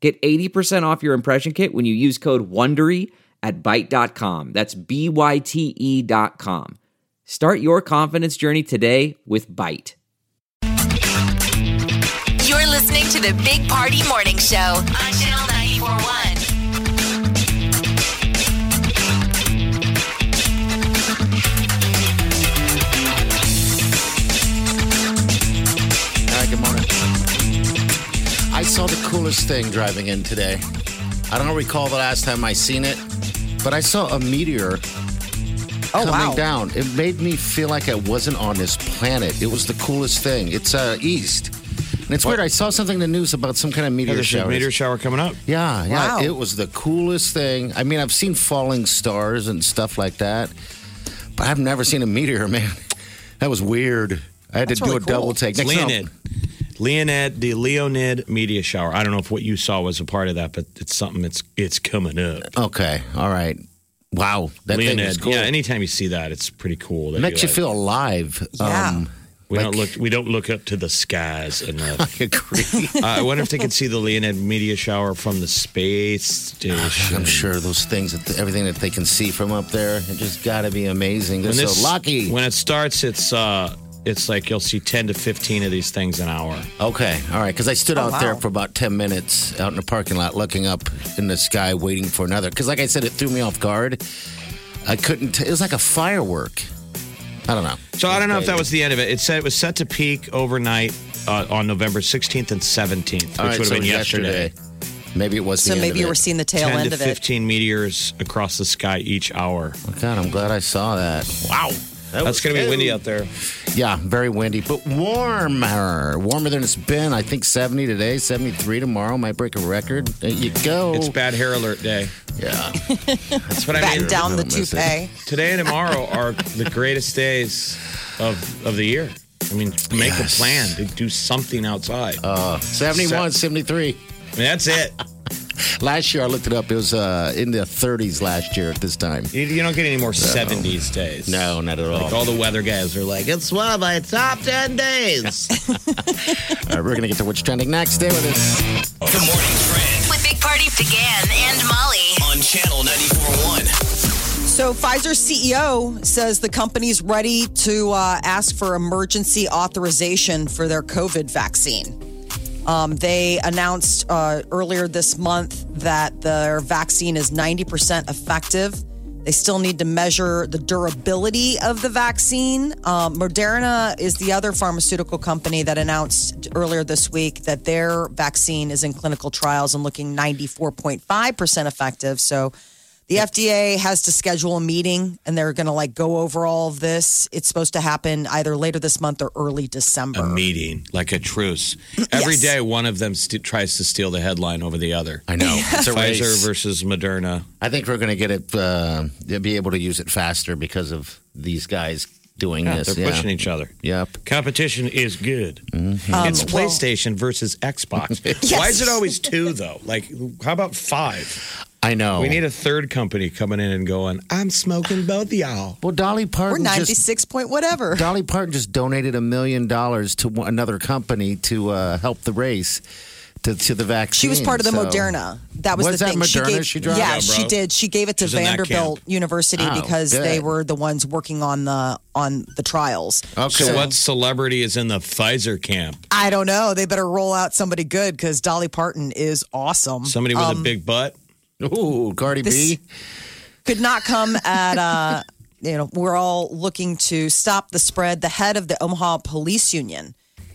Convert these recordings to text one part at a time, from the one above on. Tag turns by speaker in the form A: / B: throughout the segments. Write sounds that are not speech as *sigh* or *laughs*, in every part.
A: Get 80% off your impression kit when you use code WONDERY at Byte.com. That's B-Y-T-E E dot com. Start your confidence journey today with Byte.
B: You're listening to the Big Party Morning Show on Channel 941.
C: All right, good morning. I saw the coolest thing driving in today. I don't recall the last time I seen it, but I saw a meteor
D: Oh,
C: coming down. It made me feel like I wasn't on this planet. It was the coolest thing. It's uh, east, and it's weird. I saw something in the news about some kind of meteor
E: There's a
C: shower.
E: meteor shower coming up.
C: Yeah, yeah.
D: Wow.
C: It was the coolest thing. I mean, I've seen falling stars and stuff like that, but I've never seen a meteor, *laughs* man. That was weird. I had
D: That's
C: to do
D: really
C: a
D: cool.
C: double take.
E: It's
C: Next time-
E: Leonid. Leonid, the Leonid media shower. I don't know if what you saw was a part of that, but it's something that's it's coming up.
C: Okay. All right. Wow. That thing is
E: Leonid.
C: cool.
E: Yeah, anytime you see that, it's pretty cool. That
C: makes you
E: like,
C: feel alive. Um,
D: Yeah.
E: We
C: like-
E: don't look. We don't look up to the
C: *laughs*
E: skies enough.
C: I agree.
E: *laughs* uh, I wonder if they could see the Leonid media shower from the space station.
C: I'm sure those things, that everything that they can see from up there, it just got to be amazing. They're so lucky.
E: When it starts, it's uh, it's like you'll see ten to fifteen of these things an hour.
C: okay, all right. Because I stood out
D: Oh, wow.
C: there for about 10 minutes out in the parking lot looking up in the sky waiting for another. Because, like I said, it threw me off guard. I couldn't, t- it was like a firework. I don't know.
E: So I don't know if
C: crazy.
E: that was the end of it. It said it was set to peak overnight uh, on November 16th and 17th, which
C: All right,
E: would have
C: so
E: been
C: it was
E: yesterday.
C: Maybe it was
D: So
C: the end
D: maybe
C: of
D: you
C: it.
D: were seeing the tail
E: 10
D: end
E: to
D: of it.
E: 15 meteors across the sky each hour.
C: Oh, God, I'm glad I saw that. Wow. That
E: That's
C: was
E: going to be
C: cool.
E: windy out there.
C: Yeah, very windy, but warmer. Warmer than it's been. I think 70 today, 73 tomorrow. Might break a record. There you go.
E: It's bad hair alert day.
C: Yeah.
E: *laughs* That's what I
D: Batten
E: mean.
D: down the
C: Don't miss it.
D: toupee.
E: Today and tomorrow are the greatest days of of the year. I mean, make
C: Yes.
E: a plan to do something outside.
C: Uh, 71, 73.
E: I mean, that's it.
C: *laughs* Last year, I looked it up. It was uh, in the 30s last year at this time.
E: You, you don't get any more 70s days.
C: No, not at all.
E: Like all the weather guys are like, it's one of my top 10
C: *laughs*
E: days.
C: all right, we're going to get to what's trending next. Stay with us.
F: Good morning, Trend
B: With Big Party began and Molly.
F: on Channel 94.1.
D: So Pfizer CEO says the company's ready to uh, ask for emergency authorization for their COVID vaccine. Um, they announced uh, earlier this month that their vaccine is 90% effective. They still need to measure the durability of the vaccine. Um, Moderna is the other pharmaceutical company that announced earlier this week that their vaccine is in clinical trials and looking 94.5% effective. So the FDA has to schedule a meeting and they're going to like go over all of this. It's supposed to happen either later this month or early December.
E: a meeting, like a truce. Every
D: Yes.
E: day, one of them st- tries to steal the headline over the other.
C: I
E: *laughs*
C: know. It's a race.
E: Pfizer versus Moderna.
C: I think we're going to get it, uh, be able to use it faster because of these guys doing this.
E: They're
C: yeah.
E: pushing each other.
C: Yep. Mm-hmm. Um,
E: Competition is good. it's
D: well-
E: PlayStation versus
C: *laughs*
E: Xbox. Why is it always two, though? Like, how about five?
C: I know.
E: We need a third company coming in and going, I'm smoking both y'all.
C: well, Dolly
D: We're
C: Parton just
D: 96 point whatever.
C: Dolly Parton just donated a million dollars to one- another company to uh, help the race to, to the vaccine.
D: She was part of the
C: so-
D: Moderna. That was,
C: Was
D: the
C: that
D: thing.
C: Moderna she dropped?
D: yeah,
E: Yeah,
D: she
E: bro.
D: did. She gave it to
E: She's in that
D: Vanderbilt
E: camp.
D: University
C: Oh,
D: because
C: good.
D: they were the ones working on the on the trials.
C: Okay.
E: So, what celebrity is in the Pfizer camp?
D: I don't know. They better roll out somebody good because Dolly Parton is awesome. Um,
E: Somebody with a big butt?
C: Um, Ooh, Cardi
D: This-
C: B.
D: could not come at uh *laughs* you know we're all looking to stop the spread the head of the omaha police union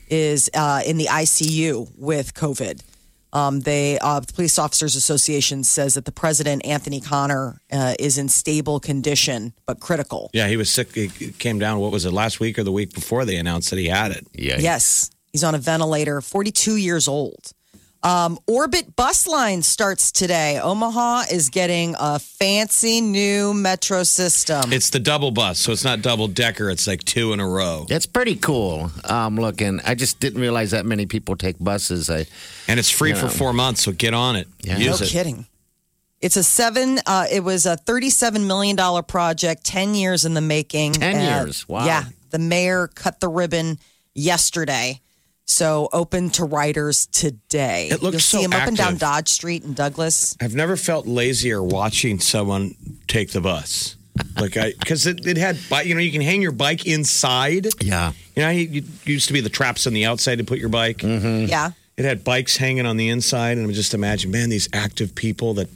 D: is uh, in the icu with covid um, they uh, the police officers association says that the president anthony connor uh, is in stable condition but critical
E: Yeah, he was sick. He came down, what was it, last week or the week before they announced that he had it?
C: Yeah.
D: Yes, he's on a ventilator, 42 years old. Um, Orbit bus line starts today. Omaha is getting a fancy new metro system.
E: It's the double bus, so it's not double decker. It's like two in a row,
C: That's pretty cool. Um, looking, I just didn't realize that many people take buses. I
E: and it's free for four months. So get on it.
C: Yeah.
E: Use
D: no
E: it.
D: kidding. It's a seven. Uh, it was a thirty-seven million dollar project, ten years in the making.
C: 10
D: And,
C: years. Wow.
D: Yeah, the mayor cut the ribbon yesterday, so open to riders today.
E: It looks
D: You'll see
E: so
D: them up and down
E: active.
D: Dodge Street in Douglas.
E: I've never felt lazier watching someone take the bus. Like I, because it, it had, bi- you know, you can hang your bike inside.
C: Yeah.
E: You know, how you, you used to be the traps on the outside to put your bike.
C: Mm-hmm.
D: Yeah,
E: It had bikes hanging on the inside, and I just imagine, man, these active people that,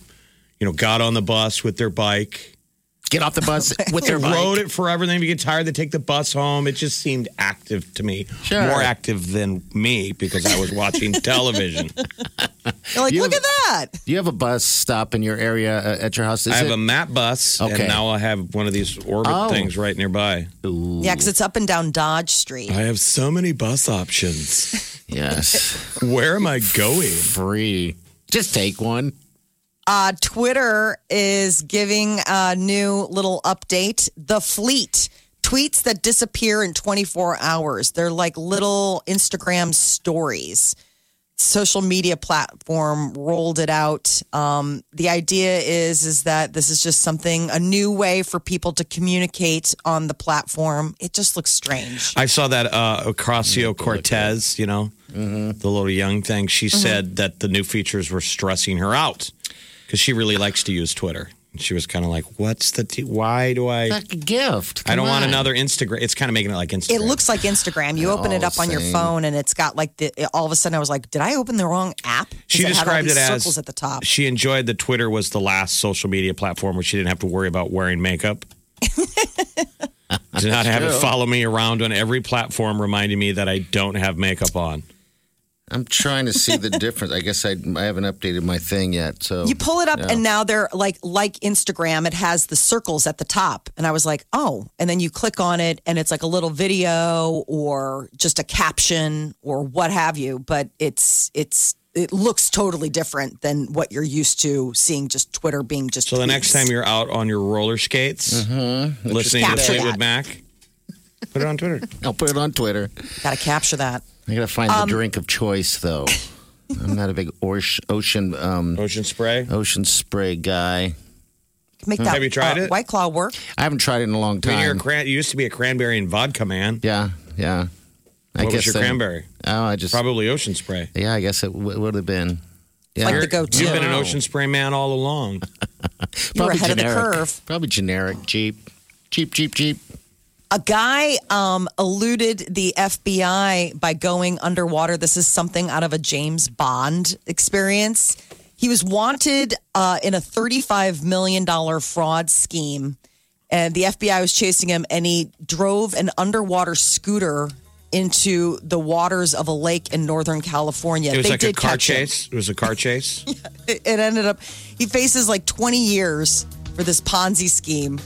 E: you know, got on the bus with their bike,
C: Get off the
D: *laughs*
C: bus with their bike.
E: rode it forever, then they get tired, they take the bus home. It just seemed active to me,
C: Sure.
E: more active than me because I was
C: *laughs*
E: watching television.
D: you're like,
C: You
D: look
C: have-
D: at that.
C: Do you have a bus stop in your area uh, at your house? Is
E: I have
C: it-
E: a map bus,
C: Okay.
E: and now I have one of these orbit
C: Oh.
E: things right nearby.
D: Yeah, because it's up and down Dodge Street.
E: I have so many
C: *laughs*
E: bus options.
C: yes,
E: Where am I going?
C: free. Just take one.
D: Uh, Twitter is giving a new little update. The fleet tweets that disappear in 24 hours. They're like little Instagram stories. Social media platform rolled it out. Um, the idea is is that this is just something a new way for people to communicate on the platform. It just looks strange.
E: I saw that uh, Ocasio Cortez, you know,
C: Mm-hmm.
E: the little young thing. She
D: Mm-hmm.
E: said that the new features were stressing her out because she really likes to use Twitter. And She was kind of like, "What's the? T- why do I?
C: Like a gift.
E: I don't
C: Come
E: want
C: on.
E: another Instagram. It's kind of making it like Instagram.
D: It looks like Instagram. You open it
E: Oh,
D: up
C: all
D: on your
C: same.
D: phone, and it's got like the. All of a sudden, I was like, "Did I open the wrong app?" 'Cause
E: She
D: it had all
E: described
D: these
E: it as
D: circles at the top.
E: She enjoyed that Twitter was the last social media platform where she didn't have to worry about wearing makeup. Do not have it follow me around on every platform, reminding me that I don't have makeup on.
C: I'm trying to see
E: *laughs*
C: the difference. I guess I, I haven't updated my thing yet. So
E: oh,
D: You pull it up, and now they're like like Instagram. It has the circles at the top, and I was like, "Oh!" And then you click on it, and it's like a little video or just a caption or what have you. But it's it's it looks totally different than what you're used to seeing. Just Twitter being just.
E: So the next time you're out on your roller skates,
C: Mm-hmm.
E: listening to
D: Capture
E: Fleetwood
D: that.
E: Mac, put it on Twitter.
C: *laughs* I'll put it on Twitter.
D: gotta capture that.
C: I gotta find
D: Um,
C: the drink of choice though.
D: *laughs*
C: I'm not a big orsh, ocean um,
E: Ocean spray. Hmm.
C: ocean spray guy.
D: Make that.
E: Have you tried
D: uh,
E: it?
D: White Claw work.
C: I haven't tried it in a long
E: I mean, you're a
C: time.
E: cran- you used to be a cranberry and vodka man.
C: yeah, yeah. I
E: What was
C: guess
E: your
C: I-
E: cranberry?
C: Oh, I just
E: Probably ocean spray.
C: yeah. I guess it w- would have been. Yeah,
D: Like the go-to.
E: You've been an ocean spray man all along.
D: You were
C: Probably
D: ahead
C: generic.
D: of the curve.
C: Probably generic Jeep, Jeep, Jeep, Jeep.
D: A guy um, eluded the FBI by going underwater. This is something out of a James Bond experience. He was wanted uh, in a $35 million fraud scheme, and the FBI was chasing him, and he drove an underwater scooter into the waters of a lake in Northern California.
E: It was
D: They
E: like a
D: did
E: car
D: catch him
E: chase. It was a
D: *laughs*
E: car chase.
D: it it ended up he faces like 20 years for this ponzi scheme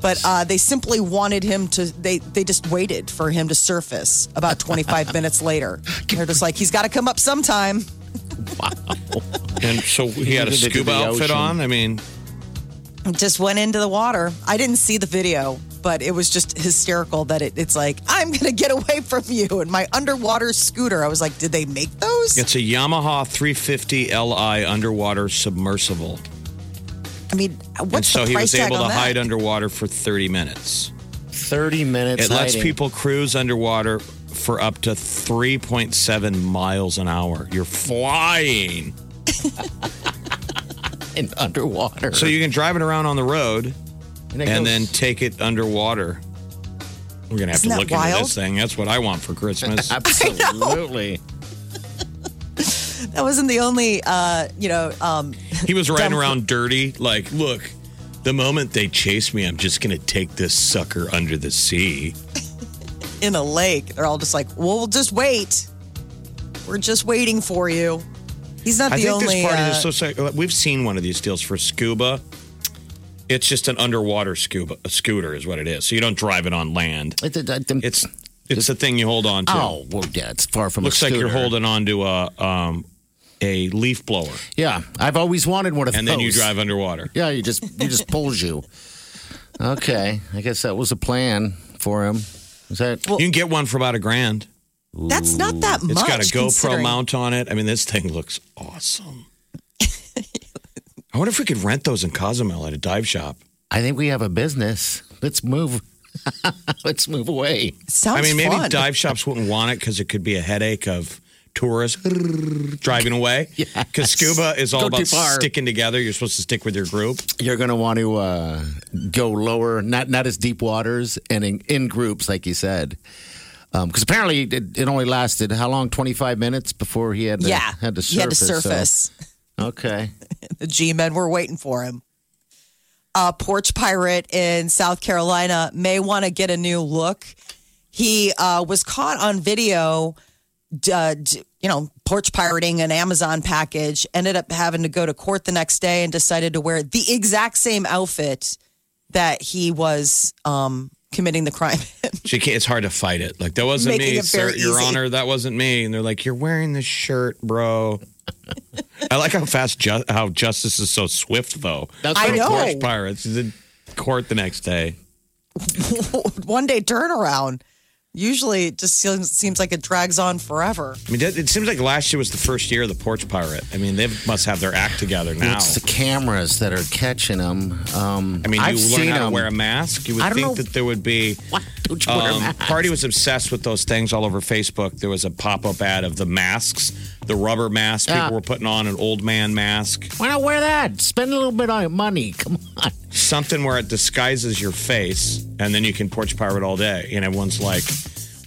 D: but uh, they simply wanted him to they they just waited for him to surface about *laughs* 25 minutes later they're just like he's got to come up sometime
E: And so he had a
C: Needed it to
E: scuba
C: be
E: outfit
C: ocean.
E: on. I mean,
D: just went into the water i didn't see the video but it was just hysterical that it, it's like i'm gonna get away from you and my underwater scooter i was like did they make those
E: it's a Yamaha 350 Li underwater submersible.
D: i mean
E: And
D: what's
E: so
D: the
E: he
D: price
E: was able
D: tag
E: to
D: on that?
E: hide underwater for 30 minutes.
C: Thirty minutes.
E: It lets
C: hiding.
E: people cruise underwater for up to 3.7 miles an hour. You're flying.
C: *laughs* in underwater.
E: So you can drive it around on the road
C: it
E: and
C: goes-
E: then take it underwater. We're going to have
D: Isn't
E: to
D: that
E: look into
D: wild?
E: this thing. That's what I want for
C: *laughs*
E: Christmas.
C: absolutely.
D: that wasn't the only uh, you know um,
E: he was riding
D: Dumb-
E: around dirty. Like, look, the moment they chase me, I'm just going to take this sucker under the sea.
D: in a lake. They're all just like, well, we'll just wait. We're just waiting for you. He's not
E: I
D: the
E: think
D: only.
E: this part
D: uh,
E: is so sick. We've seen one of these deals for scuba. It's just an underwater scuba a scooter is what it is. So you don't drive it on land.
C: It- it- it-
E: It's it's the thing you hold on to.
C: oh well, yeah, it's far from.
E: Looks
C: a
E: like you're
C: scooter.
E: holding on to a um, a leaf blower,
C: Yeah, I've always wanted one of
E: and
C: those.
E: then you drive underwater.
C: Yeah, you just you just pulls you. Okay, I guess that was a plan for him. Is that
E: You can get one for about a grand.
D: That's not that
E: It's
D: much.
E: got a GoPro
D: considering-
E: mount on it. I mean, this thing looks awesome. I wonder if we could rent those in Cozumel at a dive shop.
C: I think we have a business. Let's move. *laughs* Let's move away.
D: Sounds
E: I mean, maybe
D: fun.
E: dive shops wouldn't want it because it could be a headache of
D: *laughs*
E: tourists driving away. Because scuba is all
C: Go too
E: about
C: far.
E: sticking together. You're supposed to stick with your group.
C: You're going to want to uh, go lower, not not as deep waters, and in, in groups, like you said. Because apparently it, it only lasted how long? Twenty five minutes before he had to,
D: yeah,
C: had to surface.
D: he had to
C: so-
D: surface.
C: Okay,
D: the G men were waiting for him. A porch pirate in South Carolina may want to get a new look. He uh, was caught on video, d- uh, d- you know, porch pirating an Amazon package. Ended up having to go to court the next day and decided to wear the exact same outfit that he was um, committing the crime. in.
E: She can't, it's hard to fight it. Like, that wasn't
D: Making
E: me,
D: it
E: sir,
D: very
E: Your
D: easy.
E: Honor. That wasn't me. And they're like, you're wearing this shirt, bro. I like how fast ju- how justice is so swift, though.
C: That's
D: I
C: right.
D: know.
E: Porch pirates is in court the next day.
D: *laughs* One day turnaround. Usually, it just seems, seems like it drags on forever.
E: I mean, that- it seems like last year was the first year of the porch pirate. I mean, they must have their act together now.
C: it's the cameras that are catching him. Um,
E: I mean, you
C: I've
E: learn
C: seen
E: how to
C: him.
E: wear a mask. You would
C: I don't
E: think
C: know-
E: that there would be.
C: Why don't you wear a
E: Um,
C: mask?
E: Party was obsessed with those things all over Facebook. There was a pop up ad of the masks, the rubber mask. People
C: Yeah.
E: were putting on an old man mask,
C: Why not wear that? Spend a little bit on your money. Come on.
E: something where it disguises your face, and then you can porch pirate all day. And everyone's like,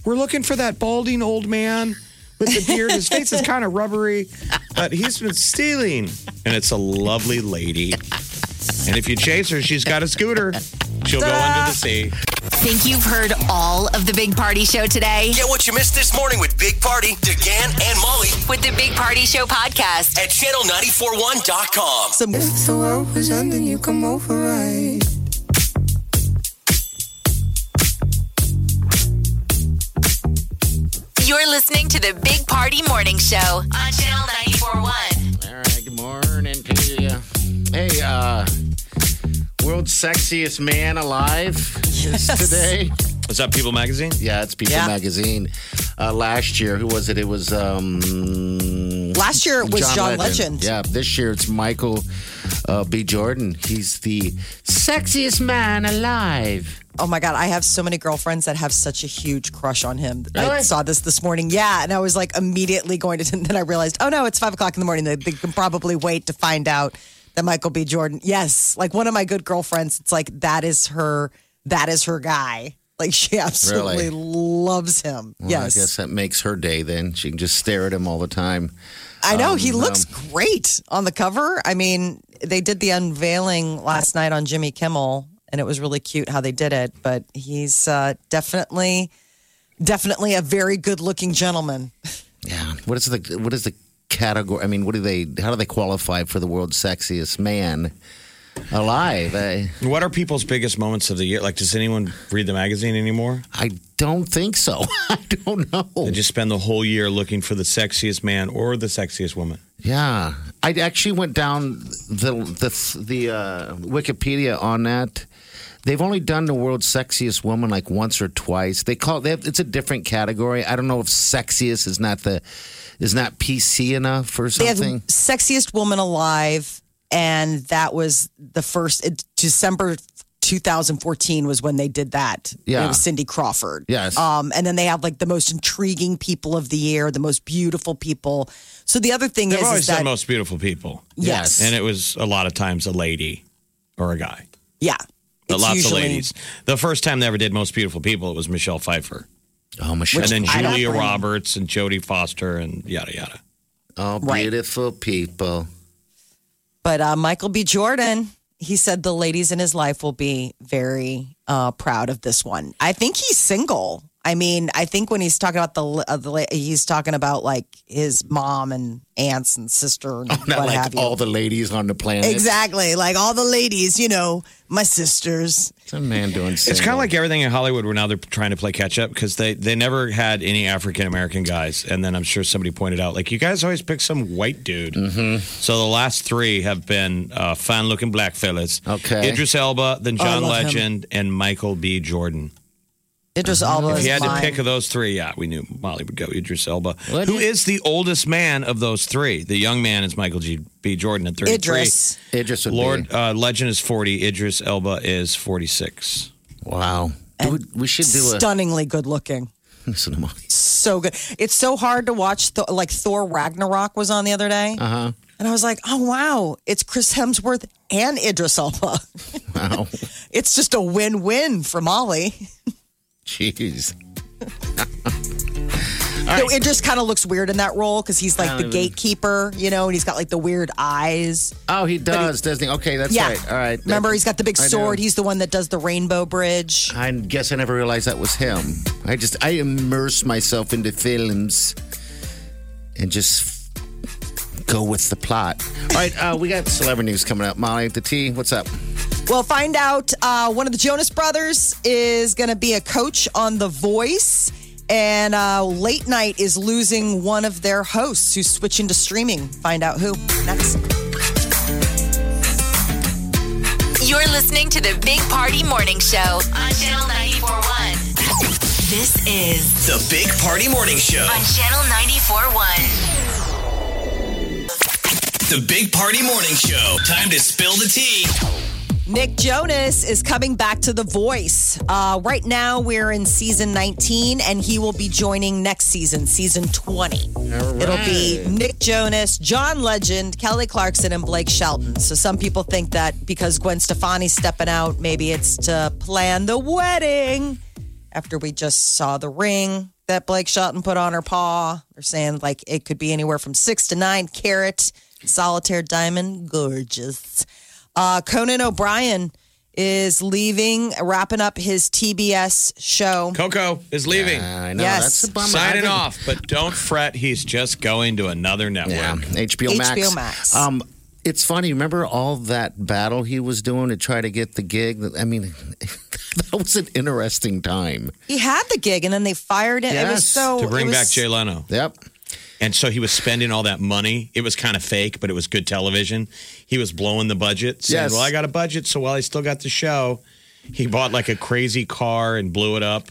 E: "We're looking for that balding old man with the beard. His face is kind of rubbery, but he's been stealing." And it's a lovely lady. And if you chase her, she's got a scooter. She'll go under the sea.
B: Think you've heard all of the Big Party Show today?
F: Get what you missed this morning with Big Party, DeGan, and Molly
B: With the Big Party Show podcast.
F: at channel941.com.
D: Some
G: If the world was ending, you come over right.
B: You're listening to the Big Party Morning Show on Channel 941.
C: All right, good morning to you. Hey, uh, world's sexiest man alive is today.
E: Is that People Magazine?
C: Yeah, it's People
D: Yeah.
C: Magazine. Uh, last year, who was it? It was um,
D: last year it was John, Legend.
C: Yeah, this year it's Michael uh, B. Jordan. He's the sexiest man alive.
D: Oh my God, I have so many girlfriends that have such a huge crush on him. I
C: Really?
D: saw this this morning. Yeah. And I was like immediately going to, *laughs* then I realized, oh no, it's five o'clock in the morning. They, they can probably wait to find out that Michael B. Jordan. Yes. Like one of my good girlfriends, it's like, that is her, that is her guy. Like she *laughs* absolutely
C: Really?
D: loves him.
C: Well,
D: yes.
C: I guess that makes her day. Then she can just stare at him all the time.
D: I
C: Um,
D: know he looks great on the cover. I mean, they did the unveiling last night on Jimmy Kimmel, and it was really cute how they did it. But he's uh, definitely, definitely a very good-looking gentleman.
C: Yeah. What is the what is the category? I mean, what do they? How do they qualify for the world's sexiest man alive? I,
E: What are people's biggest moments of the year? Like, does anyone read the magazine anymore?
C: I don't think so. *laughs* I don't know.
E: They just spend the whole year looking for the sexiest man or the sexiest woman.
C: Yeah, I actually went down the the the uh, Wikipedia on that. They've only done the world's sexiest woman like once or twice. They call they have, it's a different category. I don't know if sexiest is not the is not PC enough or
D: They have
C: something.
D: sexiest woman alive, and that was the first it, December. 2014 was when they did that.
C: Yeah.
D: It was Cindy Crawford.
C: Yes.
D: Um, and then they have like the most intriguing people of the year, the most beautiful people. So the other thing
E: They've
D: is, is
E: always
D: that
E: done most beautiful people.
D: Yes.
E: And it was a lot of times a lady or a guy.
D: Yeah.
E: But
D: It's
E: lots
D: usually-
E: of ladies. The first time they ever did Most Beautiful People, it was Michelle Pfeiffer.
C: oh, Michelle.
E: and then
D: I don't
E: Julia
D: blame 'em.
E: Roberts and Jodie Foster and yada, yada.
C: oh,
D: Right.
C: beautiful people.
D: But uh, Michael B. Jordan, he said the ladies in his life will be very uh, proud of this one. I think he's single. I mean, I think when he's talking about the, uh, the la- he's talking about like his mom and aunts and sister and
C: *laughs* Not
D: what have
C: like
D: you.
C: all the ladies on the planet.
D: exactly, like all the ladies, you know, my sisters.
C: It's a man doing
E: It's kind of
C: single.
E: like everything in Hollywood where now they're trying to play catch up because they, they never had any African American guys. And then I'm sure somebody pointed out, like, you guys always pick some white dude. Mm-hmm. So the last three have been uh, fine looking black fellas.
C: Okay.
E: Idris Elba, then John
D: love him.
E: Legend, and Michael B. Jordan.
D: Idris Elba
E: If
D: is
E: you had
D: mine.
E: to pick of those three, yeah, we knew Molly would go Idris Elba,
C: What
E: who
C: did-
E: is the oldest man of those three. The young man is Michael G. B. Jordan at 33.
D: Idris.
C: Idris would
E: Lord
C: be.
E: uh, Legend is 40. Idris Elba is 46.
C: Wow. Dude, we should do a
D: Stunningly good looking.
C: listen to Molly.
D: so good. It's so hard to watch. Th- like Thor Ragnarok was on the other day, uh-huh. and I was like, "Oh wow, it's Chris Hemsworth and Idris Elba.
C: Wow.
D: *laughs* It's just a win-win for Molly."
C: Jeez.
D: Though Idris kind of looks weird in that role because he's like the gatekeeper, you know, and he's got like the weird eyes.
C: Oh, he does, doesn't he? Okay, that's
D: yeah,
C: right. All right.
D: Remember, he's got the big
C: I do.
D: sword. He's the one that does the rainbow bridge.
C: I guess I never realized that was him. I just I immerse myself into films and just go with the plot. All right, uh, we got celebrity news coming up. Molly, the tea. What's up?
D: Well, find out. Uh, one of the Jonas brothers is going to be a coach on The Voice, and uh, Late Night is losing one of their hosts who's switching to streaming. Find out who next.
B: You're listening to the Big Party Morning Show on Channel 941. This is
F: The Big Party Morning Show.
B: on Channel 941.
F: The Big Party Morning Show. Time to spill the tea.
D: Nick Jonas is coming back to The Voice. Uh, right now, we're in season 19, and he will be joining next season, season 20. It'll be Nick Jonas, John Legend, Kelly Clarkson, and Blake Shelton. So some people think that because Gwen Stefani's stepping out, maybe it's to plan the wedding. After we just saw the ring that Blake Shelton put on her paw, they're saying like it could be anywhere from six to nine carat solitaire diamond, gorgeous. Uh, Conan O'Brien is leaving, wrapping up his TBS show.
E: Coco is leaving.
C: I know
D: Yes.
C: that's a bummer. I
E: Signing
C: think-
E: off, but don't fret. He's just going to another network.
C: Yeah, HBO Max.
D: HBO Max.
C: Um, it's funny. Remember all that battle he was doing to try to get the gig. I mean, *laughs* that was an interesting time.
D: He had the gig and then they fired him. It was
C: Yes.
D: so
E: To bring
D: it was-
E: back Jay Leno.
C: Yep.
E: And so he was spending all that money. It was kind of fake, but it was good television. He was blowing the budget, saying,
C: Yes.
E: Well, I got a budget, so while I still got the show, he bought like a crazy car and blew
D: *laughs*
E: it up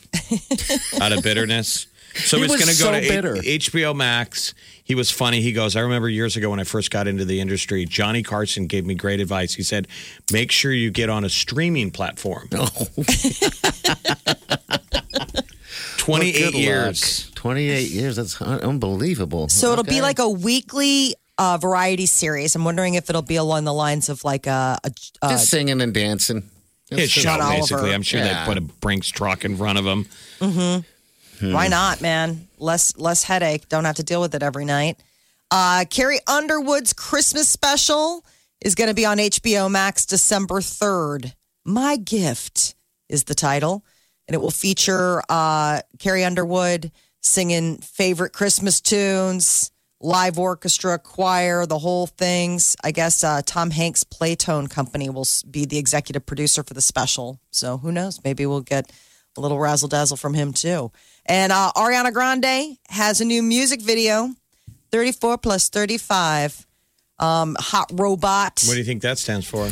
E: out of bitterness. So
C: He
E: he's
C: was
E: going to
C: so
E: go to
C: bitter.
E: H- HBO Max. He was funny. He goes, I remember years ago when I first got into the industry, Johnny Carson gave me great advice. He said, Make sure you get on a streaming platform. 28
C: Good
E: years.
C: luck. Twenty-eight years. That's un- unbelievable.
D: So it'll be
C: Okay.
D: like a weekly uh, variety series. I'm wondering if it'll be along the lines of like a, a, a
C: just singing and dancing.
E: His show,
D: John Oliver.
E: basically. I'm sure
C: Yeah.
E: they put a Brinks truck in front of him.
D: Mm-hmm.
E: Hmm.
D: why not, man? Less less headache. Don't have to deal with it every night. Uh, Carrie Underwood's Christmas special is going to be on HBO Max December 3rd. My Gift is the title, and it will feature uh, Carrie Underwood singing favorite Christmas tunes, live orchestra, choir, the whole things. I guess uh, Tom Hanks Playtone Company will s- be the executive producer for the special. So who knows? Maybe we'll get a little razzle dazzle from him too. And uh, Ariana Grande has a new music video. 34 plus 35. Um, hot robot.
E: What do you think that stands for?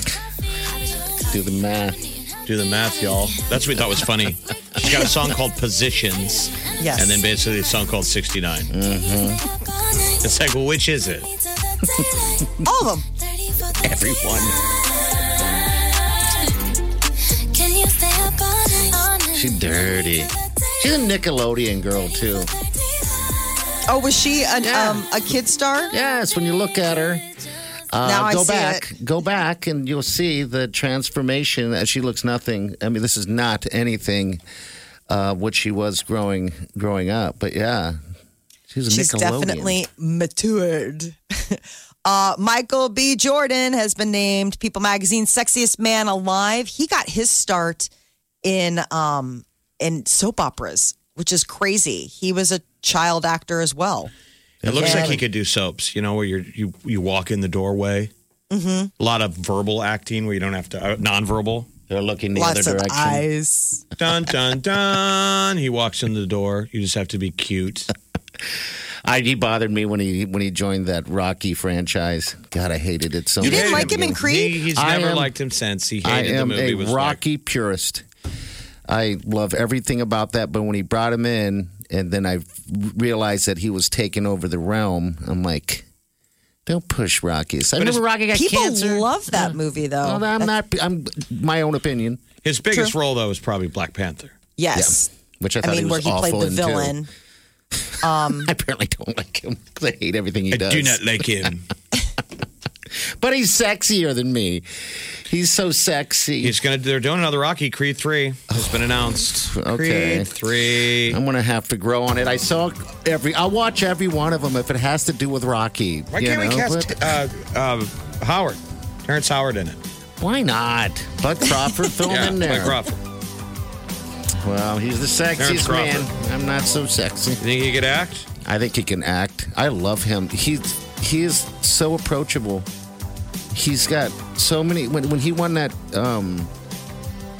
C: Do the math.
E: Do the math, y'all. That's what we thought
C: *laughs*
E: was funny. She got a song called Positions,
D: yes.
E: and then basically a song called 69.
C: Mm.
E: It's like, well, which is it?
D: all of them.
C: Everyone.
H: Can you stay up all night?
C: She dirty. She's a Nickelodeon girl too.
D: Oh, was she an,
C: Yeah.
D: um, a kid star?
C: Yes, when you look at her. Uh,
D: Now I
C: go
D: see
C: back, go back, and you'll see the transformation. As she looks nothing. I mean, this is not anything uh, what she was growing growing up. But yeah, she's a
D: She's
C: Nickelodeon.
D: definitely matured. *laughs* uh, Michael B. Jordan has been named People Magazine's sexiest man alive. He got his start in um, in soap operas. which is crazy. He was a child actor as well.
E: It looks like he could do soaps, you know, where you're, you you walk in the doorway. Mm-hmm. A lot of verbal acting where you don't have to, uh, nonverbal.
C: They're looking the
D: Lots
C: other
D: of
C: direction.
D: eyes.
E: Dun, dun, dun. He walks in the door. You just have to be cute.
C: *laughs* I, he bothered me when he when he joined that Rocky franchise. God, I hated it so.
D: You
C: much.
D: didn't like him in
E: He,
D: Creed?
E: he's
C: I
E: never
C: am-
E: liked him since. He
C: I
E: hated the
C: am
E: movie.
C: a
E: was
C: Rocky purist. I love everything about that, but when he brought him in, and then I realized that he was taking over the realm, I'm like, don't push Rocky. So I remember Rocky got
D: People
C: cancer.
D: love that movie though.
C: Well, I'm not. I'm my own opinion,
E: like, his biggest role though was probably Black Panther.
D: yes.
C: which I
D: I
C: thought
D: mean,
C: he
D: where
C: was
D: he
C: awful
D: played the
C: in, too.
D: villain. um,
C: *laughs* I apparently don't like him 'cause I hate everything he
E: I
C: does.
E: do not like him.
C: *laughs* But he's sexier than me. He's so sexy.
E: He's gonna. They're doing another Rocky Creed three. Has been announced.
C: Okay.
E: Creed three.
C: I'm gonna have to grow on it. I saw every. I'll watch every one of them if it has to do with Rocky.
E: Why
C: you
E: can't we
C: know,
E: cast
C: but-
E: uh, uh, Howard, Terrence Howard in it?
C: why not? Bud
E: *laughs*
C: Crawford throw him in
E: Mike
C: there.
E: Crawford.
C: Well, he's the
E: Terrence
C: sexiest man.
E: Crawford.
C: I'm not so sexy.
E: You think he could act?
C: I think he can act. I love him. He's he is so approachable. He's got so many. When when he won that um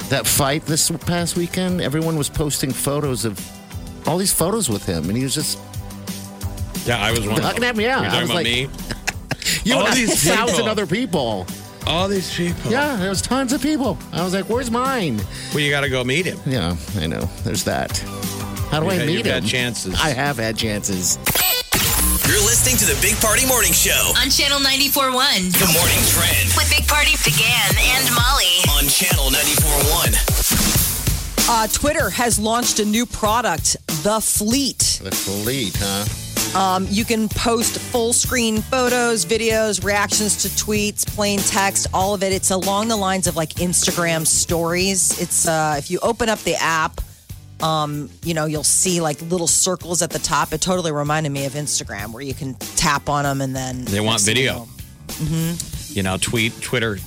C: that fight this past weekend, everyone was posting photos of all these photos with him, and he was just
E: Yeah, I was one. of
C: Looking
E: them.
C: at me, yeah.
E: You're talking
C: I was
E: about
C: like-
E: me.
C: *laughs* you
E: All
C: and
E: these
C: a thousand
E: people.
C: other people.
E: All these people.
C: Yeah, there was tons of people. I was like, "Where's mine?"
E: Well, you got to go meet him.
C: Yeah, I know. There's that. How do
E: You
C: I
E: had-
C: meet
E: you've
C: him?
E: had chances.
C: I have had chances.
F: You're listening to the Big Party Morning Show.
B: On Channel 94.1
F: The morning trend
B: with Big Party began and Molly.
F: on channel 941.
D: Uh, Twitter has launched a new product, The Fleet.
C: The fleet, huh?
D: Um, you can post full screen photos, videos, reactions to tweets, plain text, all of it. It's along the lines of like Instagram stories. It's uh, if you open up the app, um, you know, you'll see like little circles at the top. It totally reminded me of Instagram where you can tap on them and then
E: They want
D: next thing you
E: video.
D: know- Mm-hmm.
E: You know, tweet, Twitter.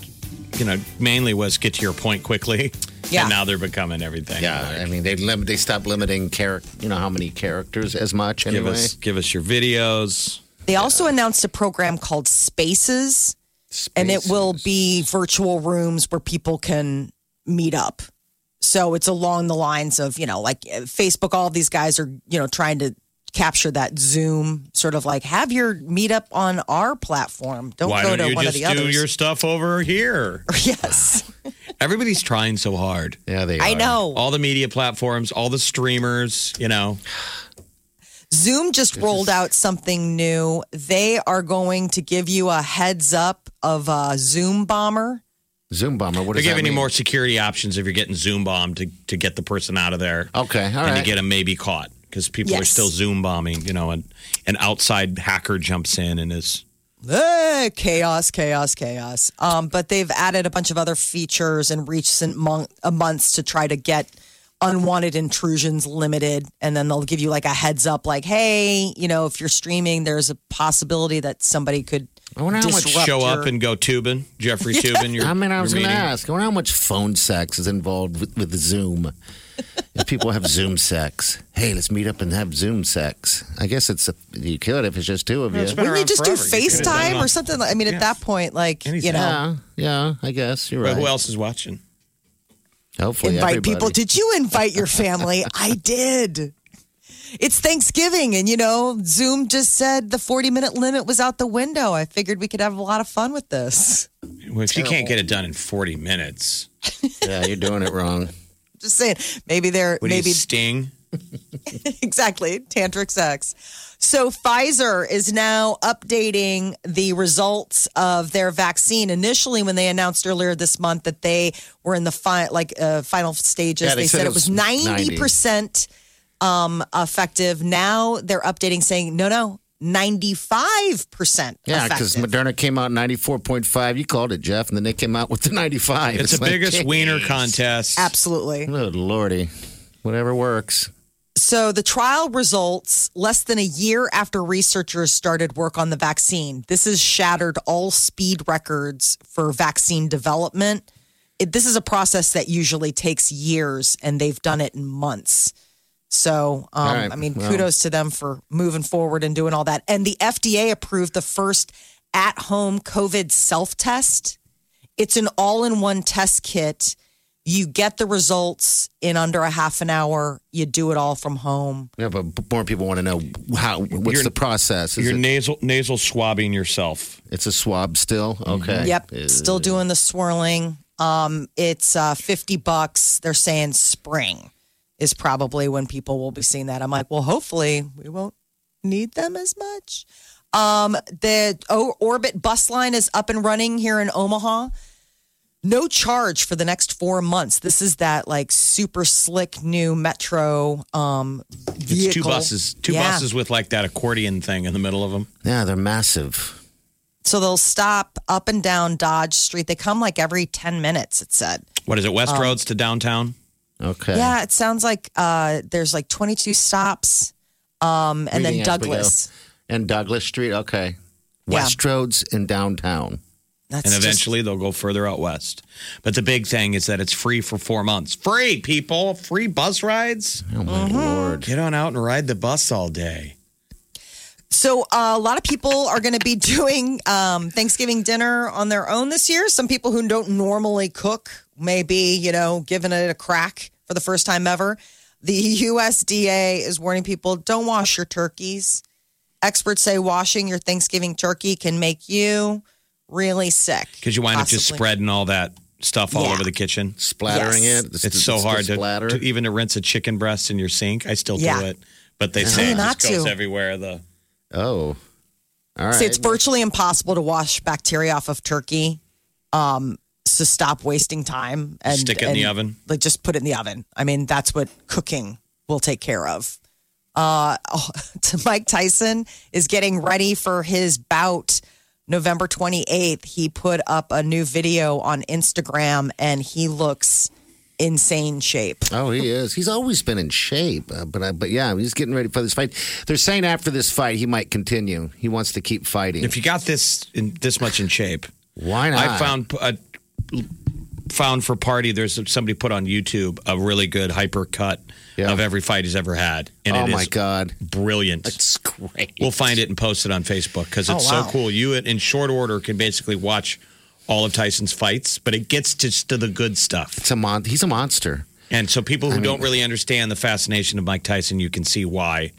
E: You know, mainly was get to your point quickly.
D: Yeah.
E: And now they're becoming everything.
C: Yeah,
E: Like,
C: I mean they lim- they stopped limiting character, you know, how many characters as much
E: give
C: anyway.
E: us give us your videos.
D: They also announced a program called Spaces, and it will be virtual rooms where people can meet up. So it's along the lines of, you know, like uh, Facebook, all these guys are, you know, trying to capture that Zoom sort of like have your meetup on our platform. Don't
E: Why
D: go
E: don't
D: to
E: you
D: one of
E: just
D: the
E: do
D: others.
E: your stuff over here?
D: *laughs* yes.
E: *laughs* Everybody's trying so hard.
C: yeah, they.
D: I
C: are.
D: know.
E: All the media platforms, all the streamers, you know.
D: Zoom just rolled out something new. They are going to give you a heads up of a Zoom bomber.
C: Zoom bomber. What does
E: They're
C: that
E: giving you
C: mean?
E: more security options if you're getting Zoom bombed to, to get the person out of there.
C: Okay, all
E: and
C: right.
E: to get them maybe caught because people are
D: Yes.
E: still Zoom bombing, you know, and an outside hacker jumps in and is.
D: Eh, chaos, chaos, chaos. Um, but they've added a bunch of other features in recent mon- uh, months to try to get unwanted intrusions limited. And then they'll give you like a heads up, like, hey, you know, if you're streaming, there's a possibility that somebody could
C: I wonder how much
D: disrupt
E: show
D: your-
E: up and go tubing, Jeffrey Tubin.
C: *laughs*
E: Your,
C: I mean, I
E: your
C: was going to
E: meeting.
C: ask. I wonder how much phone sex is involved with, with Zoom. if people have Zoom sex, hey, let's meet up and have Zoom sex. I guess it's a, you could if it's just two of you.
E: it's been
D: Wouldn't they
E: around
D: just do
E: forever. You could have done it
D: FaceTime
E: on-
D: or something? Like- I mean, at that point, like, you
E: Anything.
D: know,
C: yeah, yeah. I guess you're
E: But
C: right.
E: who else is watching?
C: Hopefully,
D: invite
C: everybody.
D: people. Did you invite your
E: *laughs*
D: family? I did. It's Thanksgiving, and you know, Zoom just said the 40 minute limit was out the window. I figured we could have a lot of fun with this.
E: Well, if you can't get it done in 40 minutes,
C: yeah, you're doing it
E: *laughs*
C: wrong.
D: Just saying, maybe they're
E: what do
D: maybe
E: you sting?
D: *laughs* exactly tantric sex. So Pfizer is now updating the results of their vaccine. Initially, when they announced earlier this month that they were in the fi- like uh, final stages,
C: Yeah,
D: they, said, it was 90 percent um, effective. Now they're updating saying no, no, 95 percent.
C: Yeah, because Moderna came out 94.5. You called it, Jeff, and then they came out with the 95.
E: It's the
C: like,
E: biggest
C: geez.
E: wiener contest.
D: absolutely.
C: Good lordy. Whatever works.
D: So the trial results less than a year after researchers started work on the vaccine. This has shattered all speed records for vaccine development. It, this is a process that usually takes years, and they've done it in months. So, um,
C: right,
D: I mean,
C: well.
D: kudos to them for moving forward and doing all that. And the FDA approved the first at home COVID self test. It's an all in one test kit. You get the results in under a half an hour. You do it all from home.
C: Yeah, but more people want to know how. What's
E: Your-
C: the process? Is
E: You're
C: it-
E: nasal nasal swabbing yourself. Mm-hmm.
C: it's a swab still. Okay.
D: Yep.
C: Uh,
D: Still doing the swirling. Um, it's uh, 50 bucks. They're saying spring is probably when people will be seeing that. I'm like, well, hopefully we won't need them as much. Um, the o- Orbit bus line is up and running here in Omaha. No charge for the next four months. This is that like super slick new metro um,
E: It's
D: vehicle.
E: two buses, two
D: Yeah.
E: buses with like that accordion thing in the middle of them.
C: Yeah, they're massive.
D: So they'll stop up and down Dodge Street. They come like every 10 minutes, it said.
E: What is it? West Roads to downtown.
C: Okay.
D: Oh. Yeah, it sounds like uh, there's like 22 stops, um, and
C: Reading
D: then
C: as we go.
D: Douglas.
C: And Douglas Street. Okay.
D: Yeah.
C: West Roads and downtown.
D: That's
E: And
D: just-
E: eventually they'll go further out west. But the big thing is that it's free for four months. Free, people. Free bus rides.
C: Oh my
D: Mm-hmm.
C: lord.
E: Get on out and ride the bus all day.
D: so uh, a lot of people are going to be *laughs* doing um, Thanksgiving dinner on their own this year. Some people who don't normally cook may be, you know, giving it a crack for the first time ever. The USDA is warning people don't wash your turkeys. Experts say washing your Thanksgiving turkey can make you really sick
E: Because you wind up just
D: Possibly.
E: spreading all that stuff all
D: Yeah.
E: over the kitchen.
C: Splattering
D: Yes.
C: it.
E: It's so
C: the
E: hard to,
C: splatter.
E: to even to rinse a chicken breast in your sink. I still
D: Yeah.
E: do it. But they say it
D: not
E: just goes
D: to.
E: everywhere. The
C: oh. All right.
D: So it's virtually impossible to wash bacteria off of turkey. Um, so stop wasting time and
E: Stick it in the
D: and,
E: oven.
D: Like just put it in the oven. I mean, that's what cooking will take care of. Uh, oh, *laughs* Mike Tyson is getting ready for his bout November 28th. He put up a new video on Instagram and he looks insane shape.
C: Oh, he is. He's always been in shape, uh, but I, but yeah, he's getting ready for this fight. They're saying after this fight, he might continue. He wants to keep fighting.
E: if you got this in this much in shape,
C: Why not?
E: I found uh, found for party. There's somebody put on YouTube a really good hyper cut
C: Yeah.
E: of every fight he's ever had, and
C: Oh
E: it is
C: my god,
E: brilliant.
C: it's great.
E: We'll find it and post it on Facebook because it's
D: Oh, wow.
E: so cool. You, in short order, can basically watch all of Tyson's fights, but it gets just to the good stuff.
C: It's a mon- he's a monster.
E: And so, people who don't really understand the fascination of Mike Tyson, you can see why.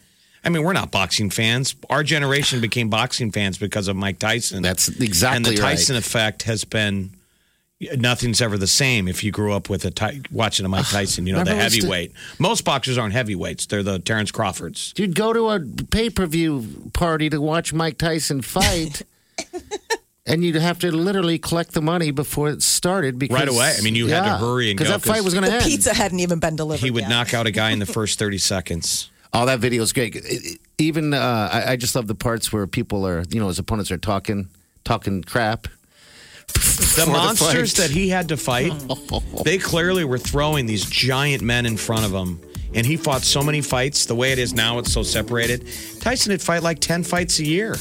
E: I mean, we're not boxing fans. Our generation became boxing fans because of Mike Tyson.
C: That's exactly
E: and the
C: right.
E: Tyson effect has been nothing's ever the same if you grew up with a ty- watching a Mike Tyson. You know, the
C: Remember we used to-
E: heavyweight. Most boxers aren't heavyweights; they're the Terrence Crawfords.
C: Dude, go to a pay per view party to watch Mike Tyson
D: *laughs*
C: fight, and you'd have to literally collect the money before it started. Because
E: Right away. I mean, you had to hurry and
C: because
E: go,
C: that fight
E: 'cause
C: was going to
D: The
C: end.
D: pizza hadn't even been delivered.
E: He would
D: yet.
E: knock out
C: *laughs*
E: a guy in the first thirty seconds.
C: Oh, that video is great. It- it- Even uh, I, I just love the parts where people are, you know, his opponents are talking, talking crap.
E: The
C: For
E: monsters
C: fight.
E: that he had
C: *laughs*
E: to fight, they clearly were throwing these giant men in front of him. And he fought so many fights. The way it is now, it's so separated. Tyson would fight like 10 fights a year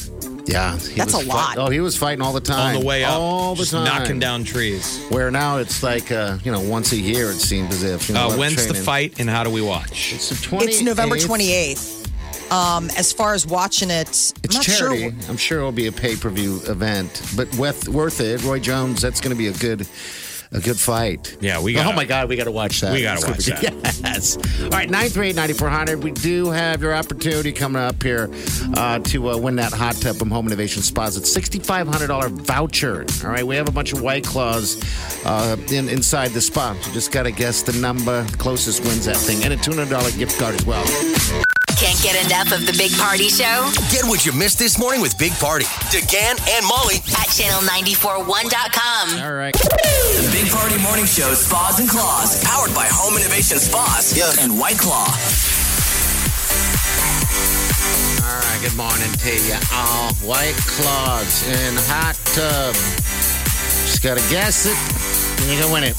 C: yeah, he
D: That's
C: was
D: a lot.
C: fight- oh, he was fighting all the
E: on
C: time,
E: the way up.
C: all the
E: just
C: time,
E: Knocking down trees.
C: Where now it's like, uh, you know, once a year it seems as if. You know, a
E: Uh,
C: lot of
E: when's the
C: training.
E: fight and how do we watch?
C: It's, the 28th.
D: It's November 28th. Um, as far as watching it, I'm
C: It's
D: not
C: charity.
D: sure.
C: I'm sure it'll be a pay per view event, but worth worth it. Roy Jones, that's going to be a good. A good fight.
E: Yeah, we
C: Oh
E: gotta-
C: my God, we got to watch that.
E: We gotta
C: It's *laughs*
E: watch
C: gonna be- Yes. All right, 938 9400. We do have your opportunity coming up here uh, to uh, win that hot tub from Home Innovation Spas. It's $6,500 voucher. All right, we have a bunch of white claws uh, in, inside the spa. You just got to guess the number closest wins that thing, and a $200 gift card as well.
B: Can't get enough of the Big Party Show
F: Get what you missed this morning with Big Party. DeGan and Molly.
B: at channel941.com.
C: All right.
I: The Big Party Morning Show Spas and Claws, powered by Home Innovation Spas and White Claw.
C: All right, good morning to you all. White claws in hot tub. Just gotta guess it, and you can win it.